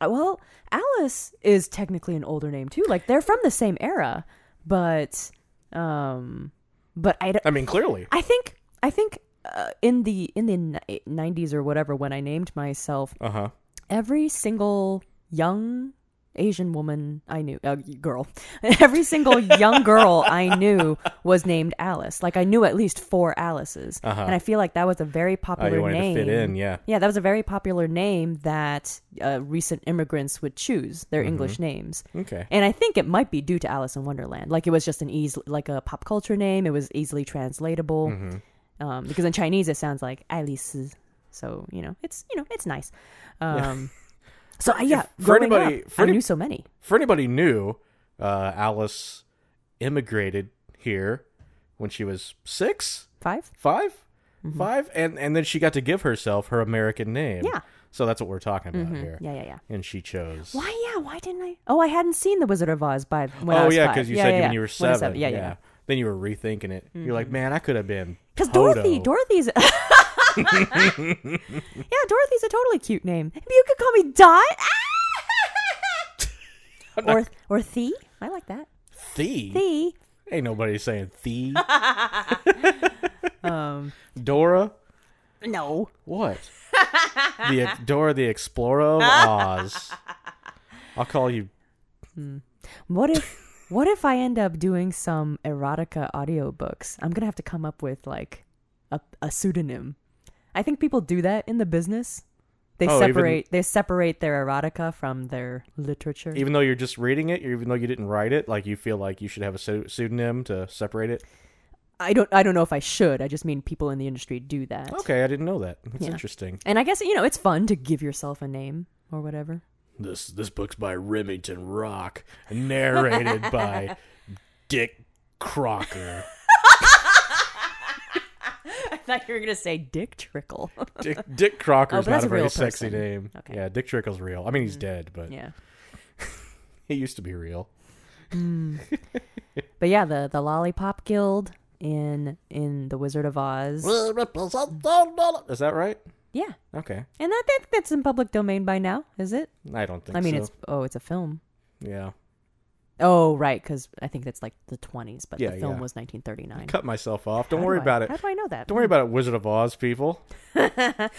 [SPEAKER 2] Well, Alice is technically an older name too. Like they're from the same era, but um but I don't
[SPEAKER 1] I mean, clearly.
[SPEAKER 2] I think I think uh, in the in the ni- 90s or whatever when I named myself
[SPEAKER 1] Uh huh.
[SPEAKER 2] every single young Asian woman I knew, uh, girl, every single young girl I knew was named Alice. Like I knew at least four Alices,
[SPEAKER 1] Uh-huh. Oh,
[SPEAKER 2] and I feel like that was a very popular
[SPEAKER 1] wanted to
[SPEAKER 2] name.
[SPEAKER 1] fit in, yeah.
[SPEAKER 2] yeah, that was a very popular name that uh, recent immigrants would choose their
[SPEAKER 1] Mm-hmm.
[SPEAKER 2] English names.
[SPEAKER 1] Okay.
[SPEAKER 2] And I think it might be due to Alice in Wonderland. Like it was just an easy, like a pop culture name. It was easily translatable.
[SPEAKER 1] Mm-hmm.
[SPEAKER 2] Um, because in Chinese it sounds like Alice. So you know, it's you know, it's nice. Um, So I, yeah,
[SPEAKER 1] for
[SPEAKER 2] growing
[SPEAKER 1] anybody-
[SPEAKER 2] up,
[SPEAKER 1] for
[SPEAKER 2] I
[SPEAKER 1] any-
[SPEAKER 2] knew so many.
[SPEAKER 1] for anybody new, uh, Alice immigrated here when she was six.
[SPEAKER 2] Five. Mm-hmm.
[SPEAKER 1] five five and and then she got to give herself her american name
[SPEAKER 2] Yeah. Mm-hmm.
[SPEAKER 1] So that's what we're talking about here.
[SPEAKER 2] Yeah, yeah, yeah.
[SPEAKER 1] And she chose.
[SPEAKER 2] Why? Yeah. Why didn't I? Oh, I hadn't seen The Wizard of Oz by when I
[SPEAKER 1] oh
[SPEAKER 2] was
[SPEAKER 1] yeah,
[SPEAKER 2] five.
[SPEAKER 1] because you said
[SPEAKER 2] yeah,
[SPEAKER 1] when you were
[SPEAKER 2] I
[SPEAKER 1] seven.
[SPEAKER 2] was Yeah, yeah.
[SPEAKER 1] Then you were rethinking it. You're like, man, I could have been.
[SPEAKER 2] Because
[SPEAKER 1] Toto."
[SPEAKER 2] Dorothy, Dorothy's. yeah, Dorothy's a totally cute name. You could call me Dot. or or Thee. I like that.
[SPEAKER 1] Thee.
[SPEAKER 2] Thee.
[SPEAKER 1] Ain't nobody saying Thee.
[SPEAKER 2] Um.
[SPEAKER 1] Dora.
[SPEAKER 2] No.
[SPEAKER 1] What? the Dora the Explorer of Oz. I'll call you.
[SPEAKER 2] What if what if I end up doing some erotica audiobooks? I'm gonna have to come up with like a, a pseudonym. I think people do that in the business. They
[SPEAKER 1] Oh, even-
[SPEAKER 2] separate they separate their erotica from their literature.
[SPEAKER 1] Even though you're just reading it, or even though you didn't write it, like you feel like you should have a pseu- pseudonym to separate it.
[SPEAKER 2] I don't I don't know if I should. I just mean people in the industry do that.
[SPEAKER 1] Okay, I didn't know that. That's
[SPEAKER 2] Yeah.
[SPEAKER 1] interesting.
[SPEAKER 2] And I guess you know it's fun to give yourself a name or whatever.
[SPEAKER 1] This this book's by Remington Rock, narrated by Dick Crocker.
[SPEAKER 2] I thought you were gonna say Dick Trickle.
[SPEAKER 1] Dick Dick Crocker's
[SPEAKER 2] Oh, but
[SPEAKER 1] not
[SPEAKER 2] that's
[SPEAKER 1] a
[SPEAKER 2] a
[SPEAKER 1] very
[SPEAKER 2] real
[SPEAKER 1] sexy
[SPEAKER 2] person.
[SPEAKER 1] name.
[SPEAKER 2] Okay. Mm.
[SPEAKER 1] Yeah, Dick Trickle's real. I mean, he's dead, but
[SPEAKER 2] yeah.
[SPEAKER 1] he used to be real.
[SPEAKER 2] But yeah, the the Lollipop Guild in in The Wizard of Oz.
[SPEAKER 1] Is that right?
[SPEAKER 2] Yeah.
[SPEAKER 1] Okay,
[SPEAKER 2] And I think that's in public domain by now, is it?
[SPEAKER 1] I don't think.
[SPEAKER 2] I mean,
[SPEAKER 1] so.
[SPEAKER 2] it's oh, it's a film.
[SPEAKER 1] yeah.
[SPEAKER 2] Oh, right, because I think that's like the 20s, but
[SPEAKER 1] Yeah,
[SPEAKER 2] the film
[SPEAKER 1] yeah.
[SPEAKER 2] was 1939.
[SPEAKER 1] Cut myself off. Don't
[SPEAKER 2] How
[SPEAKER 1] worry
[SPEAKER 2] do I-
[SPEAKER 1] about it.
[SPEAKER 2] How do I know that?
[SPEAKER 1] Don't worry about it, Wizard of Oz people.
[SPEAKER 2] When are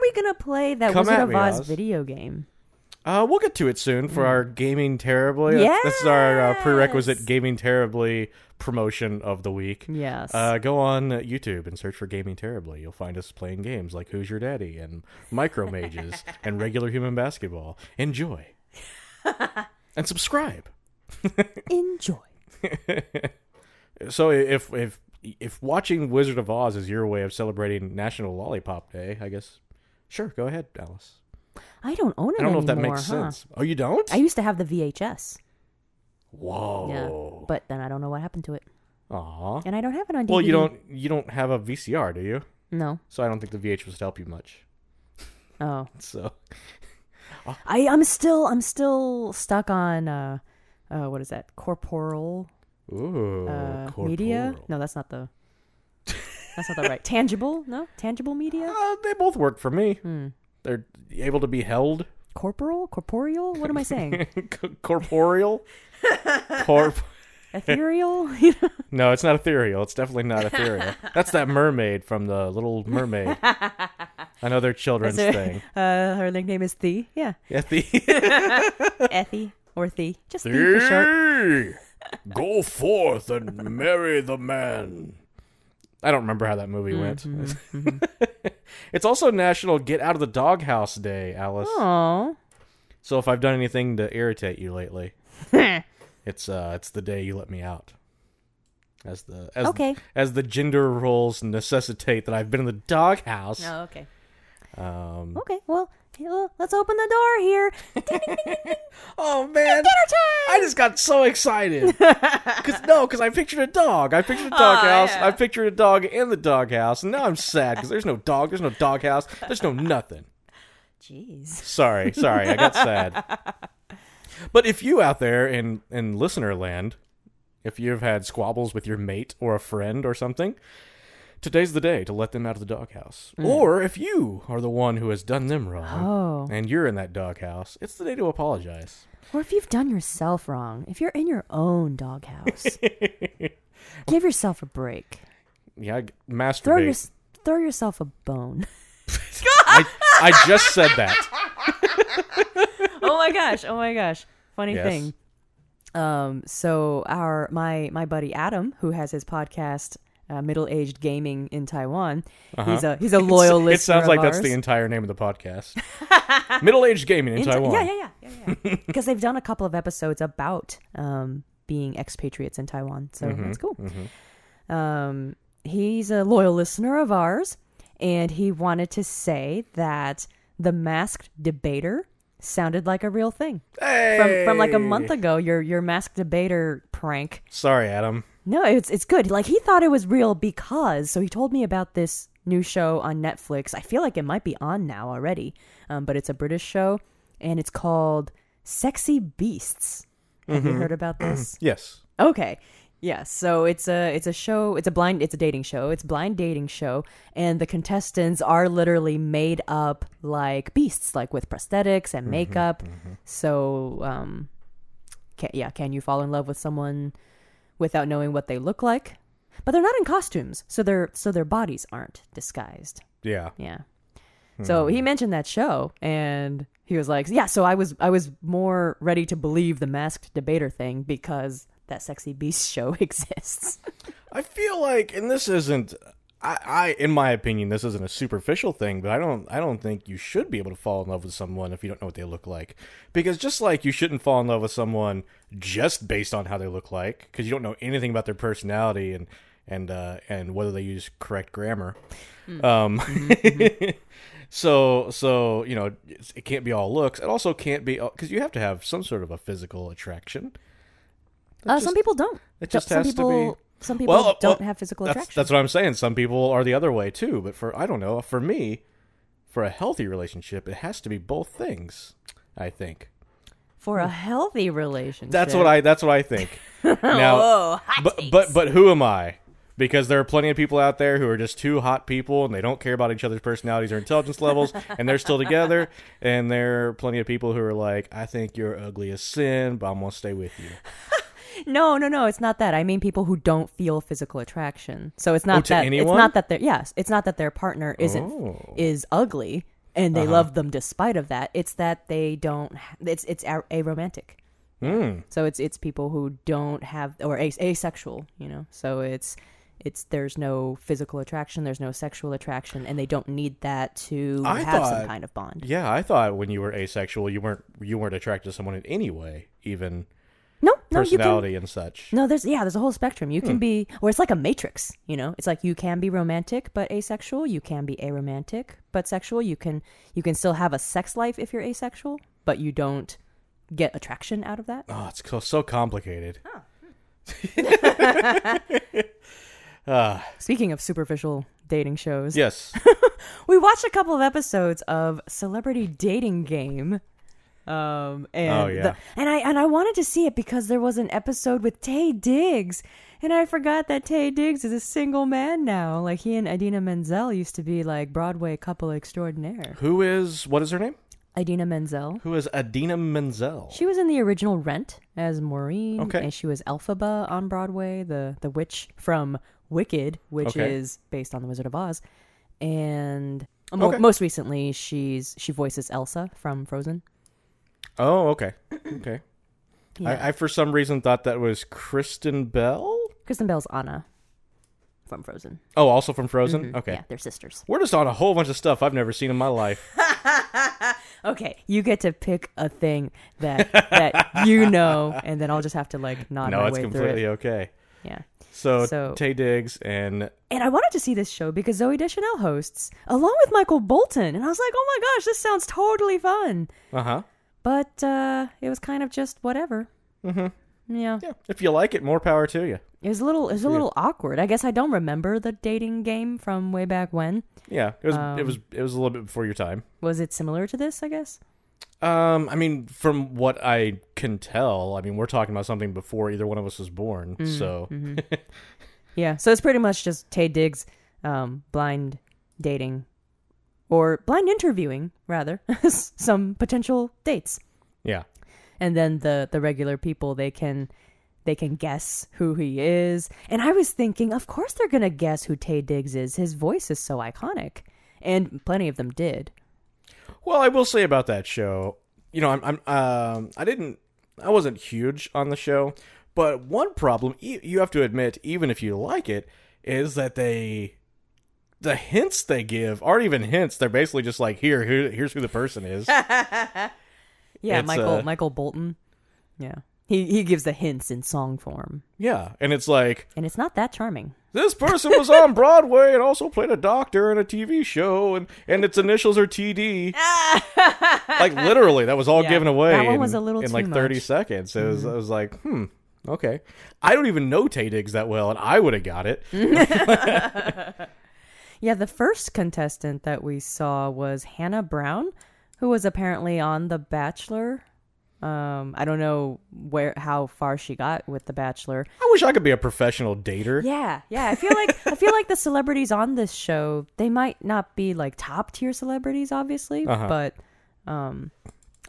[SPEAKER 2] we gonna play that
[SPEAKER 1] Come
[SPEAKER 2] Wizard
[SPEAKER 1] at
[SPEAKER 2] of
[SPEAKER 1] me,
[SPEAKER 2] Oz
[SPEAKER 1] Oz.
[SPEAKER 2] video game?
[SPEAKER 1] Uh, we'll get to it soon for our gaming terribly. That's- This is our uh, prerequisite
[SPEAKER 2] Mm. Yes.
[SPEAKER 1] gaming terribly promotion of the week.
[SPEAKER 2] Yes.
[SPEAKER 1] Uh, go on YouTube and search for Gaming Terribly. You'll find us playing games like Who's Your Daddy and Micro Mages and Regular Human Basketball. Enjoy. and subscribe.
[SPEAKER 2] Enjoy.
[SPEAKER 1] So i- if if if watching Wizard of Oz is your way of celebrating National Lollipop Day, I guess sure, go ahead, Alice.
[SPEAKER 2] I don't own it
[SPEAKER 1] I don't know
[SPEAKER 2] anymore.
[SPEAKER 1] if that makes
[SPEAKER 2] huh?
[SPEAKER 1] sense. Oh, you don't?
[SPEAKER 2] I used to have the VHS.
[SPEAKER 1] Whoa.
[SPEAKER 2] Yeah. But then I don't know what happened to it,
[SPEAKER 1] Aw.
[SPEAKER 2] and I don't have it on DVD.
[SPEAKER 1] Oh. Well, you don't you don't have a VCR, do you?
[SPEAKER 2] No.
[SPEAKER 1] So I don't think the VH would help you much.
[SPEAKER 2] Oh.
[SPEAKER 1] So
[SPEAKER 2] I I'm still I'm still stuck on uh, uh what is that corporal
[SPEAKER 1] ooh,
[SPEAKER 2] uh, media?
[SPEAKER 1] Oh, corporal.
[SPEAKER 2] No, that's not the. That's not the right. Tangible? No, tangible media.
[SPEAKER 1] Uh, they both work for me. They're able to be held,
[SPEAKER 2] Corporal? Corporeal? What am I saying?
[SPEAKER 1] C- corporeal. Corp.
[SPEAKER 2] Ethereal? You know?
[SPEAKER 1] No, it's not ethereal. It's definitely not ethereal. That's that mermaid from the Little Mermaid. Another children's
[SPEAKER 2] Is there-
[SPEAKER 1] thing.
[SPEAKER 2] Uh, her nickname is Thee. Yeah,
[SPEAKER 1] Yeah, the-
[SPEAKER 2] Ethie or Thee. Just Thee for short.
[SPEAKER 1] Go forth and marry the man. I don't remember how that movie went. it's also National Get Out of the Doghouse Day, Alice.
[SPEAKER 2] Aw.
[SPEAKER 1] So if I've done anything to irritate you lately, it's uh it's the day you let me out. As the as
[SPEAKER 2] Okay.
[SPEAKER 1] as the gender roles necessitate that I've been in the doghouse.
[SPEAKER 2] Oh, okay.
[SPEAKER 1] Um,
[SPEAKER 2] Okay. Well, hey, well, let's open the door here.
[SPEAKER 1] oh man, I just got so excited. Cause no, cause I pictured a dog. I pictured a doghouse. I pictured a dog in the doghouse, and now I'm sad because there's no dog. There's no doghouse. There's no nothing.
[SPEAKER 2] Jeez.
[SPEAKER 1] Sorry, sorry, I got sad. But if you out there in in listener land, if you've had squabbles with your mate or a friend or something, today's the day to let them out of the doghouse.
[SPEAKER 2] Mm.
[SPEAKER 1] Or if you are the one who has done them wrong
[SPEAKER 2] Oh.
[SPEAKER 1] and you're in that doghouse, it's the day to apologize.
[SPEAKER 2] Or if you've done yourself wrong, if you're in your own doghouse, give yourself a break.
[SPEAKER 1] Yeah, I-
[SPEAKER 2] Throw
[SPEAKER 1] masturbate.
[SPEAKER 2] your, throw yourself a bone.
[SPEAKER 1] I, I just said that.
[SPEAKER 2] oh my gosh! Oh my gosh! Funny
[SPEAKER 1] Yes.
[SPEAKER 2] thing. Um, so our my my buddy Adam, who has his podcast, uh, Middle Aged Gaming in Taiwan, he's a he's a loyal listener.
[SPEAKER 1] Uh-huh. It sounds
[SPEAKER 2] of
[SPEAKER 1] like that's
[SPEAKER 2] ours.
[SPEAKER 1] the entire name of the podcast. Middle aged gaming in,
[SPEAKER 2] In Ta-
[SPEAKER 1] Taiwan.
[SPEAKER 2] Yeah, yeah, yeah, yeah. yeah. Because they've done a couple of episodes about um being expatriates in Taiwan, so
[SPEAKER 1] Mm-hmm,
[SPEAKER 2] that's cool. Um, he's a loyal listener of ours, and he wanted to say that the masked debater sounded like a real thing. from from like a month
[SPEAKER 1] Hey!
[SPEAKER 2] ago. Your your mask debater prank.
[SPEAKER 1] Sorry, Adam.
[SPEAKER 2] No, it's it's good. Like he thought it was real because so he told me about this new show on Netflix. I feel like it might be on now already, um, but it's a British show and it's called Sexy Beasts. Have you heard about this?
[SPEAKER 1] Yes.
[SPEAKER 2] Okay. Yeah, so it's a it's a show, it's a blind it's a dating show. It's blind dating show and the contestants are literally made up like beasts like with prosthetics and makeup. So um can, yeah, can you fall in love with someone without knowing what they look like? But they're not in costumes, so their so their bodies aren't disguised.
[SPEAKER 1] Yeah.
[SPEAKER 2] Yeah. So
[SPEAKER 1] Hmm.
[SPEAKER 2] he mentioned that show and he was like, "Yeah, so I was I was more ready to believe the masked debater thing because that sexy beast show exists."
[SPEAKER 1] I feel like, and this isn't. I, I, in my opinion, this isn't a superficial thing, but I don't, I don't think you should be able to fall in love with someone if you don't know what they look like, because just like you shouldn't fall in love with someone just based on how they look like, because you don't know anything about their personality and and uh, and whether they use correct grammar. Um, so so you know it's- it can't be all looks. It also can't be because you have to have some sort of a physical attraction.
[SPEAKER 2] Uh, some people don't.
[SPEAKER 1] It just
[SPEAKER 2] some
[SPEAKER 1] has to be-
[SPEAKER 2] people, Some people
[SPEAKER 1] Well, uh,
[SPEAKER 2] don't
[SPEAKER 1] well,
[SPEAKER 2] have physical
[SPEAKER 1] that's,
[SPEAKER 2] attraction.
[SPEAKER 1] That's what I'm saying. Some people are the other way too, but for I don't know, for me, for a healthy relationship, it has to be both things. I think
[SPEAKER 2] For a healthy relationship,
[SPEAKER 1] that's what I that's what I think. now,
[SPEAKER 2] Whoa, hot
[SPEAKER 1] but
[SPEAKER 2] takes.
[SPEAKER 1] but but who am I? Because there are plenty of people out there who are just two hot people and they don't care about each other's personalities or intelligence levels and they're still together. And there are plenty of people who are like, I think you're ugly as sin, but I'm going to stay with you.
[SPEAKER 2] No, no, no. It's not that. I mean, people who don't feel physical attraction. So it's not
[SPEAKER 1] Oh, to
[SPEAKER 2] that.
[SPEAKER 1] anyone?
[SPEAKER 2] It's not that their yes. It's not that their partner isn't
[SPEAKER 1] Oh. Uh-huh.
[SPEAKER 2] is ugly and they love them despite of that. It's that they don't. ha- It's it's a- aromantic.
[SPEAKER 1] Hmm.
[SPEAKER 2] Mm. So it's it's people who don't have or as- asexual. You know. So it's it's there's no physical attraction. There's no sexual attraction, and they don't need that to
[SPEAKER 1] I
[SPEAKER 2] have
[SPEAKER 1] thought-
[SPEAKER 2] some kind of bond.
[SPEAKER 1] Yeah, I thought when you were asexual, you weren't you weren't attracted to someone in any way, even
[SPEAKER 2] No, no, you can
[SPEAKER 1] personality and such.
[SPEAKER 2] No, there's yeah, there's a whole spectrum. You can be, or it's like a matrix. You know, it's like you can be romantic but asexual. You can be aromantic but sexual. You can you can still have a sex life if you're asexual, but you don't get attraction out of that.
[SPEAKER 1] Oh, it's so, so complicated.
[SPEAKER 2] Speaking of superficial dating shows,
[SPEAKER 1] Yes.
[SPEAKER 2] we watched a couple of episodes of Celebrity Dating Game. Um and
[SPEAKER 1] Oh, yeah.
[SPEAKER 2] the- and I and I wanted to see it because there was an episode with Tay Diggs and I forgot that Tay Diggs is a single man now. Like he and Idina Menzel used to be like Broadway couple extraordinaire.
[SPEAKER 1] Who is what is her name?
[SPEAKER 2] Idina Menzel.
[SPEAKER 1] Who is Adina Menzel?
[SPEAKER 2] She was in the original Rent as Maureen
[SPEAKER 1] Okay.
[SPEAKER 2] and she was Elphaba on Broadway, the the witch from Wicked, which
[SPEAKER 1] Okay.
[SPEAKER 2] is based on The Wizard of Oz. And uh, mo-
[SPEAKER 1] Okay.
[SPEAKER 2] most recently she's she voices Elsa from Frozen.
[SPEAKER 1] Oh, okay. Okay. I, I for some reason thought that was Kristen Bell.
[SPEAKER 2] Kristen Bell's Anna from Frozen.
[SPEAKER 1] Oh, also from Frozen. Okay.
[SPEAKER 2] Mm-hmm. Yeah, they're sisters.
[SPEAKER 1] We're just on a whole bunch of stuff I've never seen in my life.
[SPEAKER 2] Okay, you get to pick a thing that that you know, and then I'll just have to like nod
[SPEAKER 1] no,
[SPEAKER 2] my
[SPEAKER 1] it's
[SPEAKER 2] way
[SPEAKER 1] completely
[SPEAKER 2] through it.
[SPEAKER 1] okay.
[SPEAKER 2] Yeah.
[SPEAKER 1] So,
[SPEAKER 2] So-
[SPEAKER 1] Tay Diggs and
[SPEAKER 2] And I wanted to see this show because Zoe Deschanel hosts along with Michael Bolton, and I was like, oh my gosh, this sounds totally fun.
[SPEAKER 1] uh huh.
[SPEAKER 2] But uh, it was kind of just whatever. Mm-hmm. Yeah.
[SPEAKER 1] Yeah. If you like it, more power to you.
[SPEAKER 2] It was a little it was a little awkward. I guess I don't remember the dating game from way back when.
[SPEAKER 1] Yeah. It was
[SPEAKER 2] Um,
[SPEAKER 1] it was it was a little bit before your time.
[SPEAKER 2] Was it similar to this, I guess?
[SPEAKER 1] Um, I mean, from what I can tell, I mean, we're talking about something before either one of us was born. so,
[SPEAKER 2] Yeah. So it's pretty much just Tay Diggs um, blind dating or blind interviewing, rather, some potential dates.
[SPEAKER 1] yeah.
[SPEAKER 2] And then the the regular people they can they can guess who he is. And I was thinking, of course they're gonna guess who Tay Diggs is. His voice is so iconic. And plenty of them did.
[SPEAKER 1] Well, I will say about that show, you know, I'm, I'm um, I didn't, I wasn't huge on the show, but one problem e- you have to admit, even if you like it, is that they, the hints they give aren't even hints. They're basically just like, here, here here's who the person is.
[SPEAKER 2] Yeah,
[SPEAKER 1] It's,
[SPEAKER 2] Michael
[SPEAKER 1] uh,
[SPEAKER 2] Michael Bolton. Yeah. He he gives the hints in song form.
[SPEAKER 1] yeah, and it's like
[SPEAKER 2] And it's not that charming.
[SPEAKER 1] this person was on Broadway and also played a doctor in a TV show, and and its initials are TD. like literally, that was all
[SPEAKER 2] Yeah,
[SPEAKER 1] given away.
[SPEAKER 2] that one
[SPEAKER 1] in,
[SPEAKER 2] was a little
[SPEAKER 1] in
[SPEAKER 2] too
[SPEAKER 1] like thirty
[SPEAKER 2] much. Mm-hmm.
[SPEAKER 1] seconds. It was, I was like, hmm, okay.
[SPEAKER 2] Mm.
[SPEAKER 1] I don't even know Tay Diggs that well, and I would have got it.
[SPEAKER 2] Yeah, the first contestant that we saw was Hannah Brown, who was apparently on The Bachelor. Um, I don't know where how far she got with The Bachelor.
[SPEAKER 1] I wish I could be a professional dater.
[SPEAKER 2] Yeah, yeah. I feel like I feel like the celebrities on this show they might not be like top tier celebrities, obviously,
[SPEAKER 1] Uh-huh.
[SPEAKER 2] but um,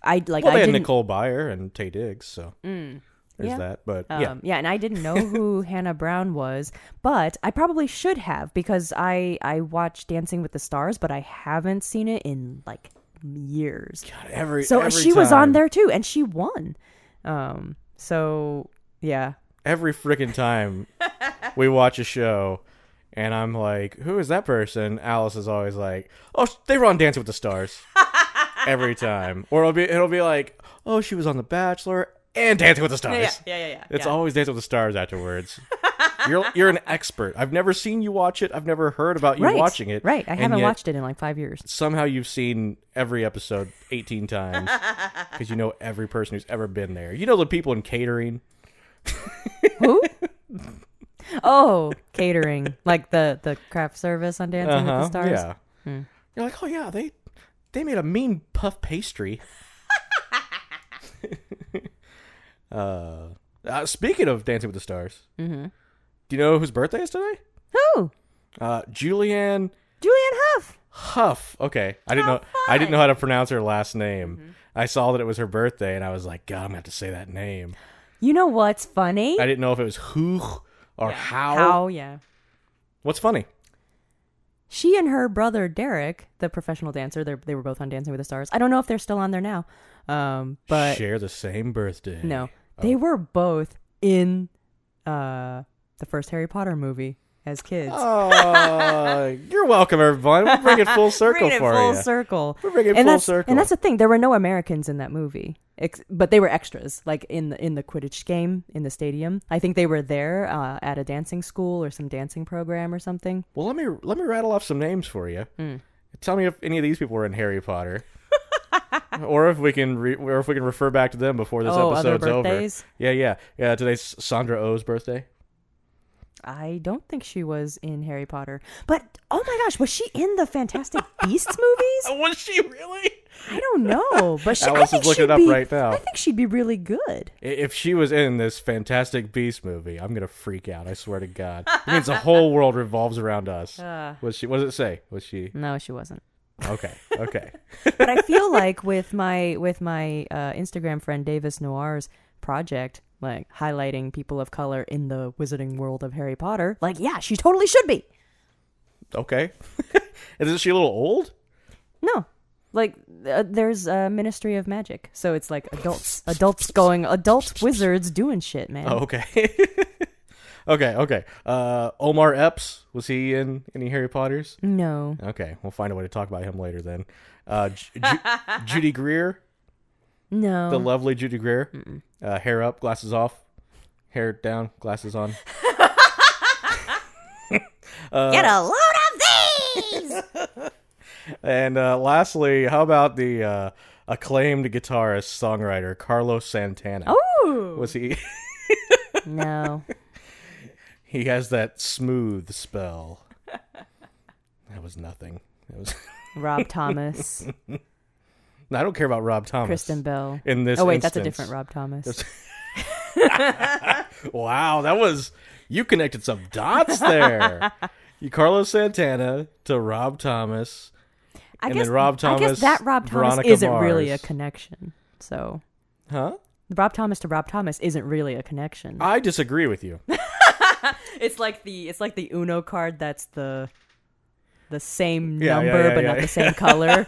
[SPEAKER 2] I like
[SPEAKER 1] well,
[SPEAKER 2] I
[SPEAKER 1] they had
[SPEAKER 2] didn't. Mm.
[SPEAKER 1] Nicole Byer and Tay Diggs, so there's
[SPEAKER 2] yeah.
[SPEAKER 1] that. But
[SPEAKER 2] Um,
[SPEAKER 1] yeah,
[SPEAKER 2] yeah. and I didn't know who Hannah Brown was, but I probably should have because I I watched Dancing with the Stars, but I haven't seen it in like years.
[SPEAKER 1] every
[SPEAKER 2] so
[SPEAKER 1] every
[SPEAKER 2] she was on
[SPEAKER 1] time-
[SPEAKER 2] there too, and she won. Um, so yeah,
[SPEAKER 1] every freaking time we watch a show and I'm like, who is that person? Alice is always like, oh, sh- they were on Dancing with the Stars every time, or it'll be it'll be like, oh, she was on The Bachelor and Dancing with the Stars.
[SPEAKER 2] yeah, yeah.
[SPEAKER 1] It's always Dancing with the Stars afterwards. you're you're an expert. I've never seen you watch it. I've never heard about you
[SPEAKER 2] right.
[SPEAKER 1] watching it.
[SPEAKER 2] Right, I
[SPEAKER 1] and
[SPEAKER 2] haven't
[SPEAKER 1] yet
[SPEAKER 2] watched it in like five years.
[SPEAKER 1] Somehow you've seen every episode 18 times because you know every person who's ever been there. You know the people in catering.
[SPEAKER 2] Who? oh, catering like the the craft service on Dancing with the Hmm.
[SPEAKER 1] Uh-huh,
[SPEAKER 2] Stars.
[SPEAKER 1] Yeah. You're like, oh yeah, they they made a mean puff pastry. uh, uh, speaking of Dancing with the Stars,
[SPEAKER 2] Mm-hmm.
[SPEAKER 1] do you know whose birthday is today?
[SPEAKER 2] Who?
[SPEAKER 1] Uh, Julianne
[SPEAKER 2] Julianne Huff.
[SPEAKER 1] Huff. Okay, I didn't know. I didn't know how to pronounce her last name.
[SPEAKER 2] Mm-hmm.
[SPEAKER 1] I saw that it was her birthday, and I was like, God, I'm gonna have to say that name.
[SPEAKER 2] You know what's funny?
[SPEAKER 1] I didn't know if it was who or how.
[SPEAKER 2] How? Yeah.
[SPEAKER 1] What's funny?
[SPEAKER 2] She and her brother Derek, the professional dancer, they they were both on Dancing with the Stars. I don't know if they're still on there now, um, but
[SPEAKER 1] Share the same birthday.
[SPEAKER 2] no, they were both in uh, the first Harry Potter movie as kids.
[SPEAKER 1] Oh, you're welcome, everyone. We'll bring it full circle
[SPEAKER 2] Bring it
[SPEAKER 1] for
[SPEAKER 2] full
[SPEAKER 1] you.
[SPEAKER 2] circle.
[SPEAKER 1] We're bringing it
[SPEAKER 2] and
[SPEAKER 1] full
[SPEAKER 2] that's,
[SPEAKER 1] circle.
[SPEAKER 2] And that's the thing. There were no Americans in that movie, ex- but they were extras, like in the in the Quidditch game in the stadium. I think they were there uh, at a dancing school or some dancing program or something.
[SPEAKER 1] Well, let me let me rattle off some names for you.
[SPEAKER 2] Hmm.
[SPEAKER 1] Tell me if any of these people were in Harry Potter, or if we can re- or if we can refer back to them before this
[SPEAKER 2] Oh, other
[SPEAKER 1] episode's over.
[SPEAKER 2] birthdays?
[SPEAKER 1] Yeah, yeah, yeah. Today's Sandra O's birthday.
[SPEAKER 2] I don't think she was in Harry Potter, but oh my gosh, was she in the Fantastic Beasts movies?
[SPEAKER 1] Was she really?
[SPEAKER 2] I don't know, but she, I
[SPEAKER 1] Alice
[SPEAKER 2] think
[SPEAKER 1] is looking
[SPEAKER 2] she'd
[SPEAKER 1] it up
[SPEAKER 2] be,
[SPEAKER 1] right now.
[SPEAKER 2] I think she'd be really good.
[SPEAKER 1] If she was in this Fantastic Beast movie, I'm gonna freak out. I swear to God, it means the whole world revolves around us.
[SPEAKER 2] Uh.
[SPEAKER 1] was she? What does it say? Was she?
[SPEAKER 2] No, she wasn't.
[SPEAKER 1] Okay, okay.
[SPEAKER 2] But I feel like with my with my uh, Instagram friend Davis Noir's project, like highlighting people of color in the Wizarding World of Harry Potter, like yeah, she totally should be.
[SPEAKER 1] Okay. Isn't she a little old?
[SPEAKER 2] No. Like uh, there's a Ministry of Magic, so it's like adults, adults going, adult wizards doing shit, man.
[SPEAKER 1] Oh, okay. okay, okay. Uh, Omar Epps, was he in any Harry Potters?
[SPEAKER 2] No,
[SPEAKER 1] Okay, we'll find a way to talk about him later then. Uh, Ju- Ju- Judy Greer,
[SPEAKER 2] no.
[SPEAKER 1] the lovely Judy Greer. Uh, hair up, glasses off. Hair down, glasses on.
[SPEAKER 2] Get a load of these!
[SPEAKER 1] And uh, lastly, how about the uh, acclaimed guitarist, songwriter Carlos Santana?
[SPEAKER 2] Oh. Ooh.
[SPEAKER 1] Was he?
[SPEAKER 2] No.
[SPEAKER 1] He has that smooth spell. that was nothing. That was.
[SPEAKER 2] Rob Thomas,
[SPEAKER 1] No, I don't care about Rob Thomas.
[SPEAKER 2] Kristen Bell.
[SPEAKER 1] In this
[SPEAKER 2] oh, wait, that's a
[SPEAKER 1] instance.
[SPEAKER 2] different Rob Thomas.
[SPEAKER 1] Wow, that was you connected some dots there. you Carlos Santana to Rob Thomas.
[SPEAKER 2] I
[SPEAKER 1] and
[SPEAKER 2] guess,
[SPEAKER 1] then Rob
[SPEAKER 2] I
[SPEAKER 1] Thomas,
[SPEAKER 2] guess that Rob Thomas
[SPEAKER 1] Veronica
[SPEAKER 2] isn't really a
[SPEAKER 1] Mars.
[SPEAKER 2] connection. So,
[SPEAKER 1] Huh?
[SPEAKER 2] Rob Thomas to Rob Thomas isn't really a connection.
[SPEAKER 1] I disagree with you.
[SPEAKER 2] Uh, It's like the it's like the Uno card that's the the same
[SPEAKER 1] Yeah, yeah,
[SPEAKER 2] number
[SPEAKER 1] yeah,
[SPEAKER 2] but
[SPEAKER 1] yeah,
[SPEAKER 2] not
[SPEAKER 1] yeah.
[SPEAKER 2] the same color.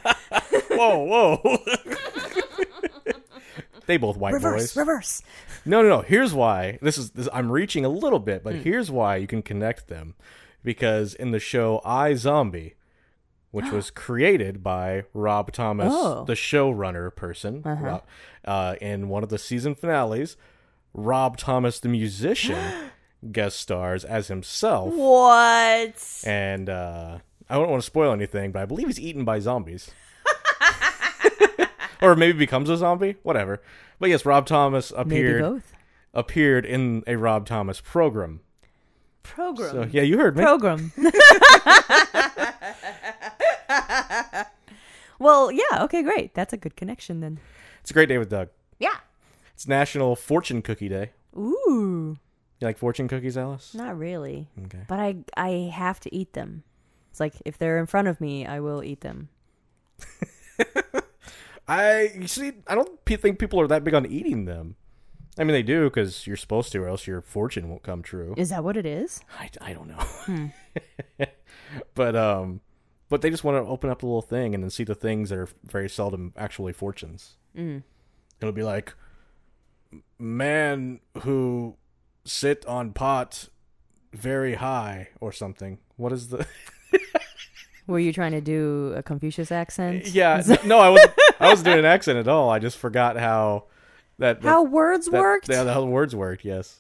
[SPEAKER 1] whoa, whoa. they both white
[SPEAKER 2] reverse,
[SPEAKER 1] boys.
[SPEAKER 2] reverse.
[SPEAKER 1] No, no, no. Here's why. This is this, I'm reaching a little bit,
[SPEAKER 2] Hmm.
[SPEAKER 1] but here's why you can connect them, because in the show I Zombie, which was created by Rob Thomas,
[SPEAKER 2] Oh. Uh-huh.
[SPEAKER 1] the showrunner person, Rob- uh, in one of the season finales, Rob Thomas the musician guest stars as himself,
[SPEAKER 2] What?
[SPEAKER 1] and uh, I don't want to spoil anything, but I believe he's eaten by zombies. or maybe becomes a zombie, whatever. But yes, Rob Thomas
[SPEAKER 2] Maybe
[SPEAKER 1] appeared
[SPEAKER 2] both.
[SPEAKER 1] appeared in a Rob Thomas program
[SPEAKER 2] program.
[SPEAKER 1] So yeah, you heard me.
[SPEAKER 2] program. well, yeah, okay, great. That's a good connection then.
[SPEAKER 1] It's a great day with Doug.
[SPEAKER 2] Yeah.
[SPEAKER 1] It's National Fortune Cookie Day.
[SPEAKER 2] Ooh,
[SPEAKER 1] You like fortune cookies, Alice?
[SPEAKER 2] not really.
[SPEAKER 1] Okay.
[SPEAKER 2] But I I have to eat them. It's like if they're in front of me, I will eat them.
[SPEAKER 1] I you see, I don't pe- think people are that big on eating them. I mean, they do because you're supposed to, or else your fortune won't come true.
[SPEAKER 2] Is that what it is?
[SPEAKER 1] I, I don't know, but um, but they just want to open up a little thing and then see the things that are very seldom actually fortunes. It'll be like man who sit on pot very high or something. What is the?
[SPEAKER 2] Were you trying to do a Confucius accent?
[SPEAKER 1] yeah, no, I was I wasn't doing an accent at all. I just forgot how that that-
[SPEAKER 2] How words
[SPEAKER 1] that-
[SPEAKER 2] worked?
[SPEAKER 1] Yeah, the hell words worked. Yes.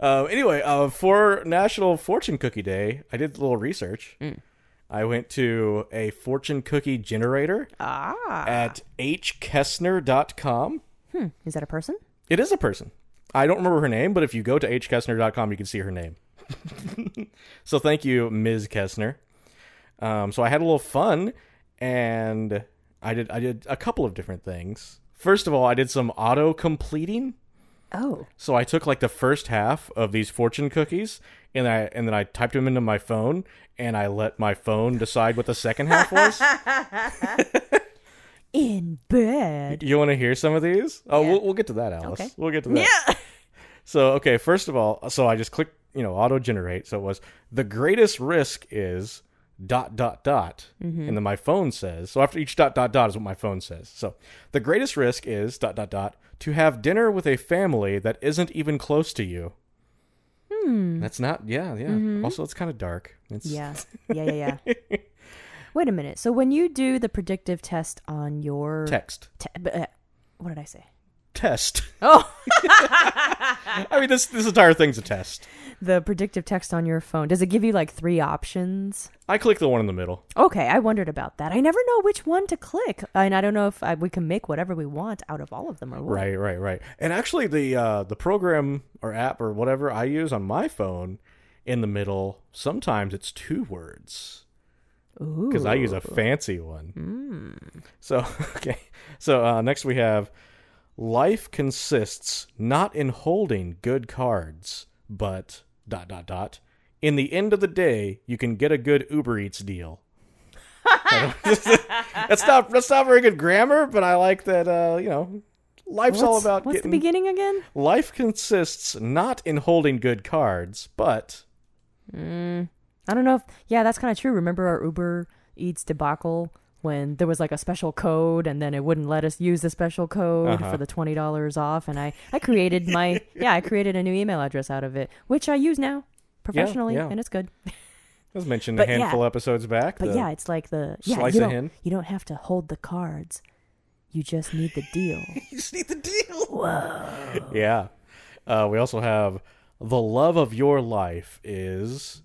[SPEAKER 1] Uh, anyway, uh, for National Fortune Cookie Day, I did a little research.
[SPEAKER 2] Mm.
[SPEAKER 1] I went to a fortune cookie generator
[SPEAKER 2] ah.
[SPEAKER 1] at hkessner.com.
[SPEAKER 2] Hmm. Is that a person?
[SPEAKER 1] It is a person. I don't remember her name, but if you go to hkessner.com, you can see her name. so thank you, Ms. Kessner. Um, so I had a little fun, and I did I did a couple of different things. First of all, I did some auto completing.
[SPEAKER 2] Oh.
[SPEAKER 1] So I took like the first half of these fortune cookies and I and then I typed them into my phone and I let my phone decide what the second half was.
[SPEAKER 2] In bed.
[SPEAKER 1] you want to hear some of these? Oh,
[SPEAKER 2] Yeah.
[SPEAKER 1] we'll, we'll get to that, Alice.
[SPEAKER 2] Okay.
[SPEAKER 1] We'll get to that. So okay, first of all, so I just clicked, you know, auto generate. So it was the greatest risk is dot dot dot, and then my phone says. So after each dot dot dot is what my phone says. So the greatest risk is dot dot dot to have dinner with a family that isn't even close to you. Hmm. That's not. Yeah, yeah. Also, it's kind of dark. It's,
[SPEAKER 2] Yeah. Yeah, yeah, yeah. Wait a minute. So when you do the predictive test on your
[SPEAKER 1] Text
[SPEAKER 2] te- b- uh, what did I say?
[SPEAKER 1] test.
[SPEAKER 2] Oh,
[SPEAKER 1] I mean, this this entire thing's a test.
[SPEAKER 2] the predictive text on your phone. Does it give you like three options?
[SPEAKER 1] I click the one in the middle.
[SPEAKER 2] Okay, I wondered about that. I never know which one to click, and I don't know if I, we can make whatever we want out of all of them or what.
[SPEAKER 1] Right, right, right. And actually, the uh, the program or app or whatever I use on my phone, in the middle, sometimes it's two words
[SPEAKER 2] Ooh.
[SPEAKER 1] because I use a fancy one. So okay, so uh, next we have life consists not in holding good cards, but dot dot dot. In the end of the day, you can get a good Uber Eats deal. that's not that's not very good grammar, but I like that. Uh, you know, life's all
[SPEAKER 2] What's-
[SPEAKER 1] about
[SPEAKER 2] what's
[SPEAKER 1] getting
[SPEAKER 2] the beginning again?
[SPEAKER 1] Life consists not in holding good cards, but
[SPEAKER 2] I don't know if yeah, that's kind of true. Remember our Uber Eats debacle when there was like a special code and then it wouldn't let us use the special code
[SPEAKER 1] Uh-huh.
[SPEAKER 2] for the twenty dollars off, and I I created my yeah I created a new email address out of it, which I use now professionally,
[SPEAKER 1] yeah.
[SPEAKER 2] and it's good.
[SPEAKER 1] as mentioned a
[SPEAKER 2] But yeah.
[SPEAKER 1] handful episodes back.
[SPEAKER 2] But
[SPEAKER 1] the-
[SPEAKER 2] yeah, it's like the yeah
[SPEAKER 1] slice
[SPEAKER 2] you
[SPEAKER 1] of
[SPEAKER 2] don't
[SPEAKER 1] hen.
[SPEAKER 2] you don't have to hold the cards, you just need the deal.
[SPEAKER 1] you see the deal. Yeah. Uh, we also have the love of your life is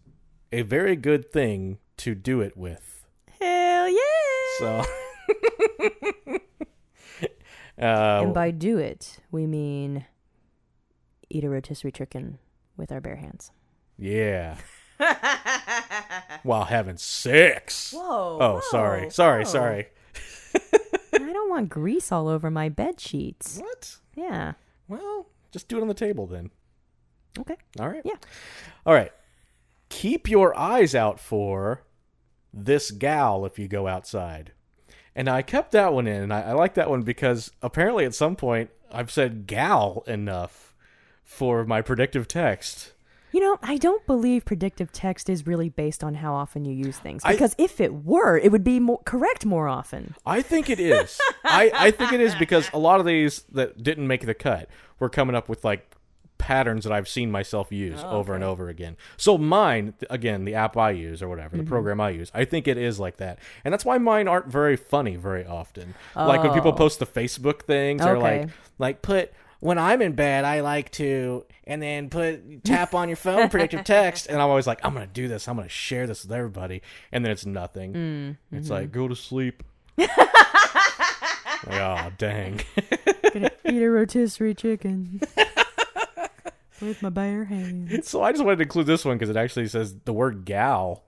[SPEAKER 1] a very good thing to do it with.
[SPEAKER 2] Hell yeah!
[SPEAKER 1] So. uh,
[SPEAKER 2] and by do it we mean eat a rotisserie chicken with our bare hands.
[SPEAKER 1] yeah. While having sex.
[SPEAKER 2] Whoa!
[SPEAKER 1] Oh, sorry, sorry, sorry.
[SPEAKER 2] I don't want grease all over my bed sheets.
[SPEAKER 1] What?
[SPEAKER 2] Yeah.
[SPEAKER 1] Well, just do it on the table then.
[SPEAKER 2] Okay.
[SPEAKER 1] All right.
[SPEAKER 2] Yeah.
[SPEAKER 1] All right. Keep your eyes out for this gal if you go outside. And I kept that one in, and I, I like that one because apparently at some point I've said gal enough for my predictive text.
[SPEAKER 2] You know, I don't believe predictive text is really based on how often you use things
[SPEAKER 1] I-
[SPEAKER 2] because if it were, it would be more correct more often.
[SPEAKER 1] I think it is. I, I think it is because a lot of these that didn't make the cut were coming up with like patterns that I've seen myself use over and over again. So mine, th- again, the app I use or whatever, the program I use, I think it is like that. And that's why mine aren't very funny very often. Like when people post the Facebook things or like
[SPEAKER 2] Okay.
[SPEAKER 1] like put when I'm in bed, I like to, and then put tap on your phone predictive text, and I'm always like, I'm gonna do this, I'm gonna share this with everybody, and then it's nothing. It's like go to sleep. like, oh dang!
[SPEAKER 2] Gonna eat a rotisserie chicken. with my bare hands.
[SPEAKER 1] So I just wanted to include this one because it actually says the word gal.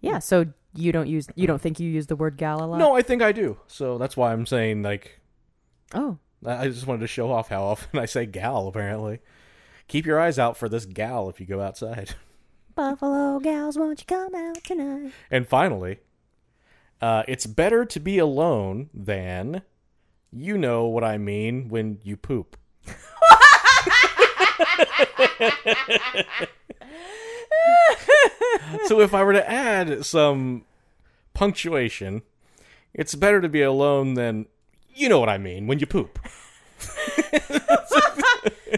[SPEAKER 2] Yeah, so you don't use you don't think you use the word gal a lot?
[SPEAKER 1] No, I think I do. So that's why I'm saying like
[SPEAKER 2] Oh.
[SPEAKER 1] I I just wanted to show off how often I say gal. Apparently, keep your eyes out for this gal if you go outside.
[SPEAKER 2] Buffalo gals, won't you come out tonight?
[SPEAKER 1] And finally, uh, it's better to be alone than you know what I mean when you poop. so if I were to add some punctuation, it's better to be alone than you know what I mean when you poop.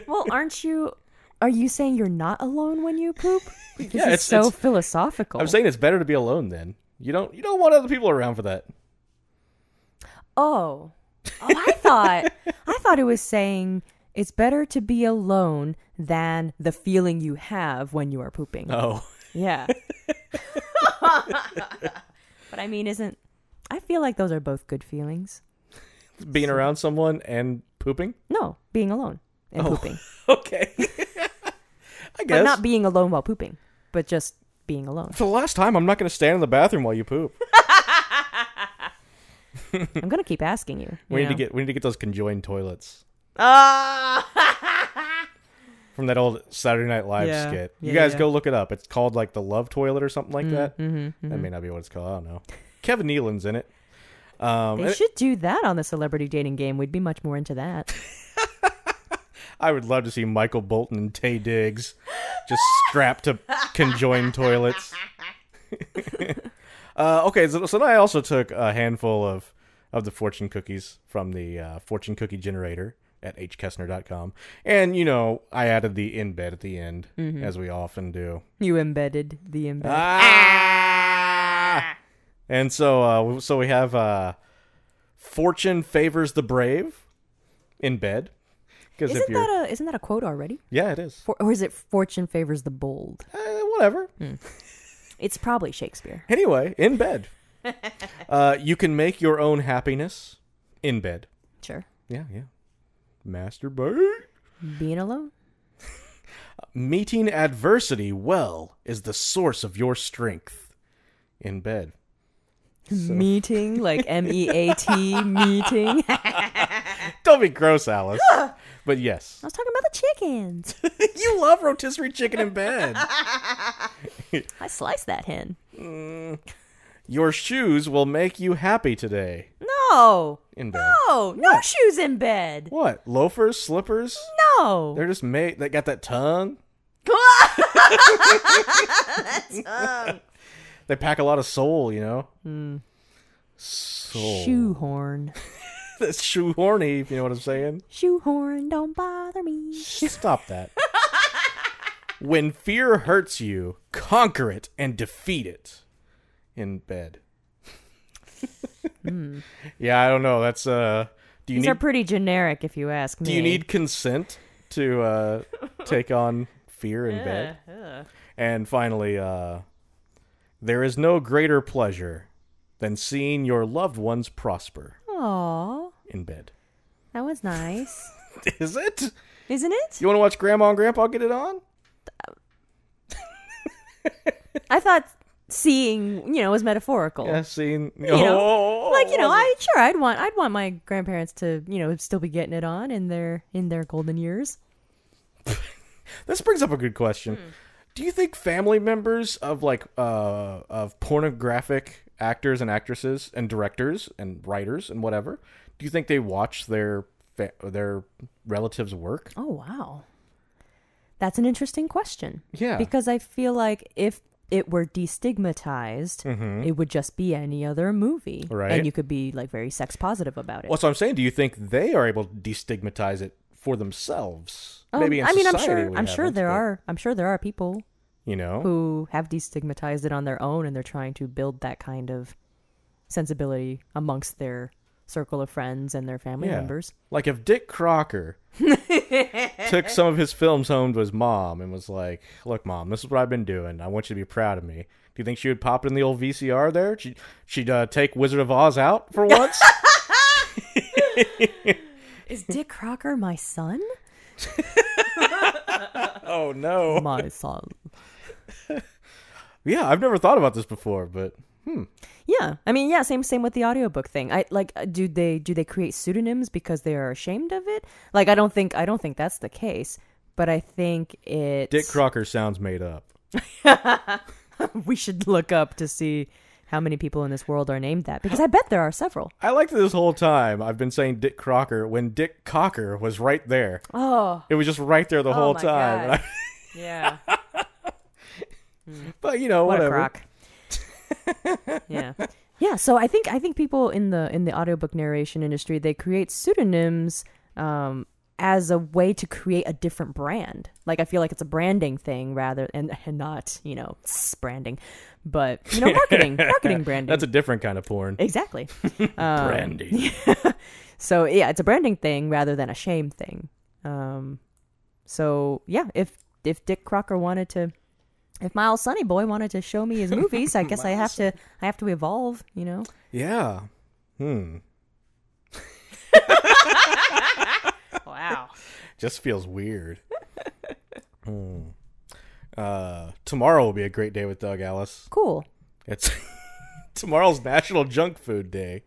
[SPEAKER 2] Well, aren't you are you saying you're not alone when you poop? This
[SPEAKER 1] Yeah,
[SPEAKER 2] is
[SPEAKER 1] it's-
[SPEAKER 2] so
[SPEAKER 1] it's-
[SPEAKER 2] philosophical.
[SPEAKER 1] I'm saying it's better to be alone then. You don't you don't want other people around for that.
[SPEAKER 2] Oh. Oh, I thought I thought it was saying it's better to be alone than the feeling you have when you are pooping.
[SPEAKER 1] Oh.
[SPEAKER 2] Yeah. but I mean, isn't I feel like those are both good feelings.
[SPEAKER 1] Being around someone and pooping?
[SPEAKER 2] No, being alone
[SPEAKER 1] Oh,
[SPEAKER 2] and pooping.
[SPEAKER 1] Okay. I
[SPEAKER 2] But
[SPEAKER 1] guess.
[SPEAKER 2] not being alone while pooping, but just being alone.
[SPEAKER 1] for the last time, I'm not going to stand in the bathroom while you poop.
[SPEAKER 2] I'm going to keep asking you.
[SPEAKER 1] We
[SPEAKER 2] you
[SPEAKER 1] need to
[SPEAKER 2] know?
[SPEAKER 1] get we need to get those conjoined toilets
[SPEAKER 2] Ah!
[SPEAKER 1] from that old Saturday Night Live
[SPEAKER 2] Yeah.
[SPEAKER 1] skit. You
[SPEAKER 2] Yeah,
[SPEAKER 1] guys
[SPEAKER 2] yeah.
[SPEAKER 1] go look it up. It's called like the Love Toilet or something like that.
[SPEAKER 2] Mm-hmm.
[SPEAKER 1] That may not be what it's called. I don't know. Kevin Nealon's in it. Um,
[SPEAKER 2] they
[SPEAKER 1] and
[SPEAKER 2] should do that on the celebrity dating game. We'd be much more into that.
[SPEAKER 1] I would love to see Michael Bolton and Tay Diggs just strapped to conjoined toilets. uh, okay, so, so then I also took a handful of, of the fortune cookies from the uh, fortune cookie generator at hkessner.com. And, you know, I added the in bed at the end,
[SPEAKER 2] Mm-hmm.
[SPEAKER 1] as we often do.
[SPEAKER 2] You embedded the embed.
[SPEAKER 1] Ah! And so, uh, so we have uh, fortune favors the brave in bed. 'Cause if
[SPEAKER 2] isn't
[SPEAKER 1] you're-
[SPEAKER 2] that a isn't that a quote already?
[SPEAKER 1] yeah, it is.
[SPEAKER 2] For, or is it fortune favors the bold?
[SPEAKER 1] Eh, whatever.
[SPEAKER 2] It's probably Shakespeare.
[SPEAKER 1] Anyway, in bed. uh, you can make your own happiness in bed.
[SPEAKER 2] Sure.
[SPEAKER 1] Yeah, yeah. Masturbate.
[SPEAKER 2] Being alone.
[SPEAKER 1] Meeting adversity well is the source of your strength in bed.
[SPEAKER 2] Meeting, like M E A T meeting. I
[SPEAKER 1] Don't be gross, Alice. but yes.
[SPEAKER 2] was talking about the chickens.
[SPEAKER 1] you love rotisserie chicken in bed.
[SPEAKER 2] I sliced that hen.
[SPEAKER 1] your shoes will make you happy today
[SPEAKER 2] No.
[SPEAKER 1] in bed.
[SPEAKER 2] No. No shoes in bed.
[SPEAKER 1] What? Loafers, slippers?
[SPEAKER 2] No.
[SPEAKER 1] They're just made they got that tongue. They pack a lot of soul, you know.
[SPEAKER 2] Hmm.
[SPEAKER 1] Soul.
[SPEAKER 2] Shoehorn.
[SPEAKER 1] That's shoehorny, if you know what I'm saying.
[SPEAKER 2] Shoehorn, don't bother me.
[SPEAKER 1] Stop that. when fear hurts you, conquer it and defeat it in bed. Yeah, I don't know. That's uh do you
[SPEAKER 2] Hmm. These
[SPEAKER 1] need
[SPEAKER 2] are pretty generic, if you ask me.
[SPEAKER 1] do you need consent to uh take on fear in bed? And finally, uh there is no greater pleasure than seeing your loved ones prosper
[SPEAKER 2] Aw,
[SPEAKER 1] in bed.
[SPEAKER 2] that was nice,
[SPEAKER 1] Is it?
[SPEAKER 2] isn't it?
[SPEAKER 1] You want to watch Grandma and Grandpa get it on?
[SPEAKER 2] I thought seeing, you know, was metaphorical.
[SPEAKER 1] Yeah, scene. You
[SPEAKER 2] know,
[SPEAKER 1] Oh.
[SPEAKER 2] Like you know, I sure I'd want I'd want my grandparents to you know still be getting it on in their in their golden years.
[SPEAKER 1] this brings up a good question.
[SPEAKER 2] Hmm.
[SPEAKER 1] Do you think family members of like uh of pornographic actors and actresses and directors and writers and whatever, do you think they watch their fa- their relatives' work?
[SPEAKER 2] Oh wow, that's an interesting question.
[SPEAKER 1] Yeah.
[SPEAKER 2] because I feel like if it were destigmatized, it would just be any other movie,
[SPEAKER 1] Mm-hmm. Right.
[SPEAKER 2] And you could be like very sex positive about it.
[SPEAKER 1] Well, so I'm saying, do you think they are able to destigmatize it for themselves?
[SPEAKER 2] Um,
[SPEAKER 1] Maybe in
[SPEAKER 2] I mean, I'm
[SPEAKER 1] society
[SPEAKER 2] sure.
[SPEAKER 1] we
[SPEAKER 2] I'm sure
[SPEAKER 1] haven't,
[SPEAKER 2] there
[SPEAKER 1] but,
[SPEAKER 2] are. I'm sure there are people
[SPEAKER 1] You know,
[SPEAKER 2] who have destigmatized it on their own, and they're trying to build that kind of sensibility amongst their circle of friends and their family
[SPEAKER 1] Yeah.
[SPEAKER 2] members.
[SPEAKER 1] Like if Dick Crocker took some of his films home to his mom and was like, "Look, mom, this is what I've been doing. I want you to be proud of me." Do you think she would pop it in the old VCR there? She she'd uh, take Wizard of Oz out for once.
[SPEAKER 2] Is Dick Crocker my son?
[SPEAKER 1] oh no.
[SPEAKER 2] my son.
[SPEAKER 1] Yeah, I've never thought about this before, but hmm.
[SPEAKER 2] Yeah, I mean, yeah, same same with the audiobook thing. I like uh, do they do they create pseudonyms because they are ashamed of it? Like I don't think I don't think that's the case, but I think it
[SPEAKER 1] Dick Crocker sounds made up.
[SPEAKER 2] we should look up to see how many people in this world are named that because I bet there are several.
[SPEAKER 1] I liked this whole time. I've been saying Dick Crocker when Dick Cocker was right there.
[SPEAKER 2] Oh,
[SPEAKER 1] It was just right there the whole
[SPEAKER 2] my
[SPEAKER 1] time.
[SPEAKER 2] God.
[SPEAKER 1] And I-
[SPEAKER 2] yeah.
[SPEAKER 1] but you know,
[SPEAKER 2] what
[SPEAKER 1] whatever.
[SPEAKER 2] a crock. yeah. Yeah, so I think I think people in the in the audiobook narration industry, they create pseudonyms um as a way to create a different brand. Like I feel like it's a branding thing rather and, and not, you know, branding, but you know, marketing, marketing branding.
[SPEAKER 1] That's a different kind of porn.
[SPEAKER 2] exactly. uh, Um,
[SPEAKER 1] Brandy.
[SPEAKER 2] So yeah, it's a branding thing rather than a shame thing. Um, so yeah, if if Dick Crocker wanted to, if Miles Sunny Boy wanted to show me his movies, I guess I have to I have to evolve. You know,
[SPEAKER 1] yeah. Hmm.
[SPEAKER 2] wow.
[SPEAKER 1] Just feels weird. Hmm. Uh, tomorrow will be a great day with Doug Alice.
[SPEAKER 2] Cool.
[SPEAKER 1] It's tomorrow's National Junk Food Day,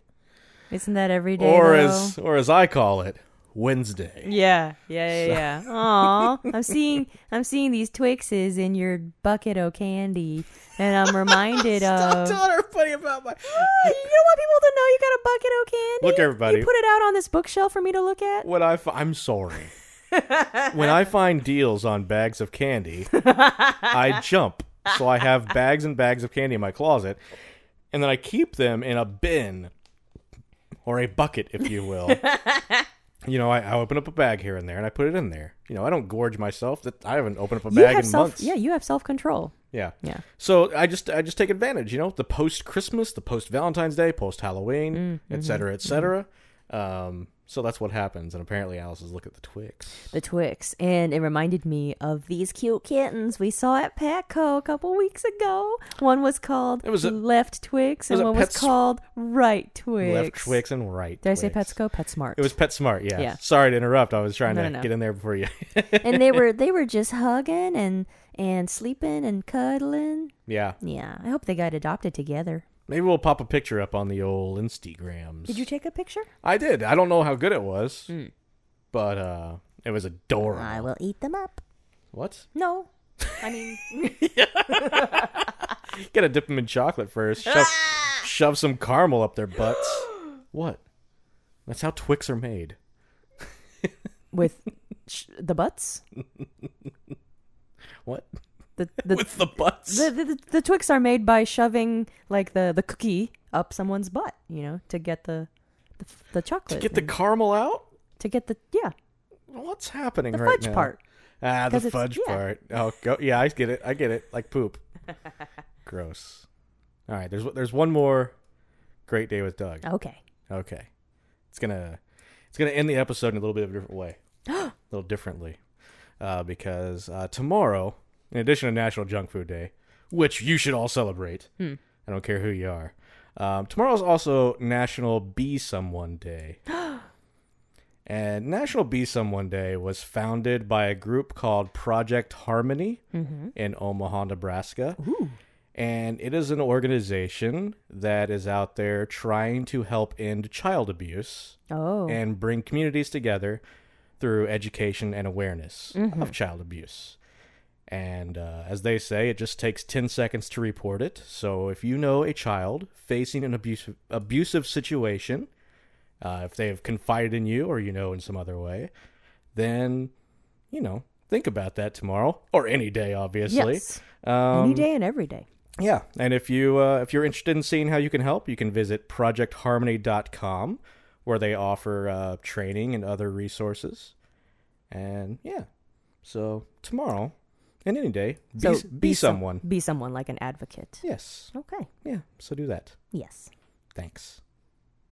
[SPEAKER 2] Isn't that every day?
[SPEAKER 1] or
[SPEAKER 2] though?
[SPEAKER 1] as or as I call it, Wednesday.
[SPEAKER 2] yeah, yeah, yeah, yeah. Aw, I'm seeing I'm seeing these Twixes in your bucket of candy, and I'm reminded of.
[SPEAKER 1] Tell everybody about my.
[SPEAKER 2] Ah, you don't want people to know you got a bucket of candy.
[SPEAKER 1] Look, everybody.
[SPEAKER 2] You put it out on this bookshelf for me to look at.
[SPEAKER 1] When I fi- I'm sorry. when I find deals on bags of candy, I jump. So I have bags and bags of candy in my closet, and then I keep them in a bin or a bucket, if you will. you know, I, I open up a bag here and there, and I put it in there. You know, I don't gorge myself. That I haven't opened up a
[SPEAKER 2] you
[SPEAKER 1] bag
[SPEAKER 2] have
[SPEAKER 1] in
[SPEAKER 2] self
[SPEAKER 1] months.
[SPEAKER 2] yeah you have self-control
[SPEAKER 1] Yeah.
[SPEAKER 2] Yeah.
[SPEAKER 1] So I just I just take advantage, you know, the post Christmas, the post Valentine's Day, post
[SPEAKER 2] Mm,
[SPEAKER 1] Halloween,
[SPEAKER 2] mm-hmm,
[SPEAKER 1] et cetera, et cetera. Um, so that's what happens, and apparently Alice is look at the Twix.
[SPEAKER 2] the twix and it reminded me of these cute kittens we saw at petco a couple weeks ago one was called
[SPEAKER 1] It was a-
[SPEAKER 2] left twix
[SPEAKER 1] was
[SPEAKER 2] and
[SPEAKER 1] a
[SPEAKER 2] one was
[SPEAKER 1] Pets-
[SPEAKER 2] called right twix
[SPEAKER 1] Left Twix and right.
[SPEAKER 2] did i say
[SPEAKER 1] Twix.
[SPEAKER 2] petco petsmart
[SPEAKER 1] It was PetSmart, yeah.
[SPEAKER 2] Yeah.
[SPEAKER 1] Sorry to interrupt. I was trying
[SPEAKER 2] No,
[SPEAKER 1] to
[SPEAKER 2] no, no.
[SPEAKER 1] get in there before you.
[SPEAKER 2] and they were they were just hugging and and sleeping and cuddling
[SPEAKER 1] yeah.
[SPEAKER 2] yeah i hope they got adopted together
[SPEAKER 1] Maybe we'll pop a picture up on the old Instagrams.
[SPEAKER 2] did you take a picture
[SPEAKER 1] I did. I don't know how good it was, but uh, it was adorable.
[SPEAKER 2] i will eat them up
[SPEAKER 1] What?
[SPEAKER 2] no i mean
[SPEAKER 1] Gotta dip them in chocolate first. Shove,
[SPEAKER 2] Ah!
[SPEAKER 1] shove some caramel up their butts. what? That's how Twix are made.
[SPEAKER 2] with sh- the butts
[SPEAKER 1] What?
[SPEAKER 2] the, the
[SPEAKER 1] With the butts?
[SPEAKER 2] the, the, the Twix are made by shoving like the, the cookie up someone's butt, you know, to get the the, the chocolate
[SPEAKER 1] Get the
[SPEAKER 2] and-
[SPEAKER 1] caramel out?
[SPEAKER 2] to get the yeah
[SPEAKER 1] What's happening
[SPEAKER 2] the
[SPEAKER 1] right
[SPEAKER 2] fudge
[SPEAKER 1] now?
[SPEAKER 2] part.
[SPEAKER 1] Ah, the
[SPEAKER 2] 'Cause it's-
[SPEAKER 1] fudge
[SPEAKER 2] yeah.
[SPEAKER 1] part. Oh, go, yeah, I get it. I get it. Like poop. Gross. All right, there's there's one more great day with Doug.
[SPEAKER 2] Okay,
[SPEAKER 1] Okay. It's gonna it's gonna end the episode in a little bit of a different way, a little differently, uh, because uh, tomorrow, in addition to National Junk Food Day, which you should all celebrate, I don't care who you are. Um, tomorrow's also National Be Someone Day. And National Be Someone Day was founded by a group called Project Harmony in Omaha, Nebraska. And it is an organization that is out there trying to help end child abuse
[SPEAKER 2] oh
[SPEAKER 1] and bring communities together through education and awareness
[SPEAKER 2] Mm-hmm.
[SPEAKER 1] of child abuse. And uh, as they say, it just takes 10 seconds to report it. So if you know a child facing an abusive, abusive situation, uh, if they have confided in you or you know in some other way, then, you know, think about that tomorrow or any day, obviously.
[SPEAKER 2] yes,
[SPEAKER 1] Um,
[SPEAKER 2] any day and every day.
[SPEAKER 1] yeah, and if you uh, if you're interested in seeing how you can help, you can visit projectharmony.com where they offer uh, training and other resources. And yeah, so tomorrow and any day, be,
[SPEAKER 2] So
[SPEAKER 1] be
[SPEAKER 2] some-
[SPEAKER 1] someone.
[SPEAKER 2] be someone like an advocate.
[SPEAKER 1] yes,
[SPEAKER 2] Okay,
[SPEAKER 1] yeah. So do that.
[SPEAKER 2] yes.
[SPEAKER 1] Thanks.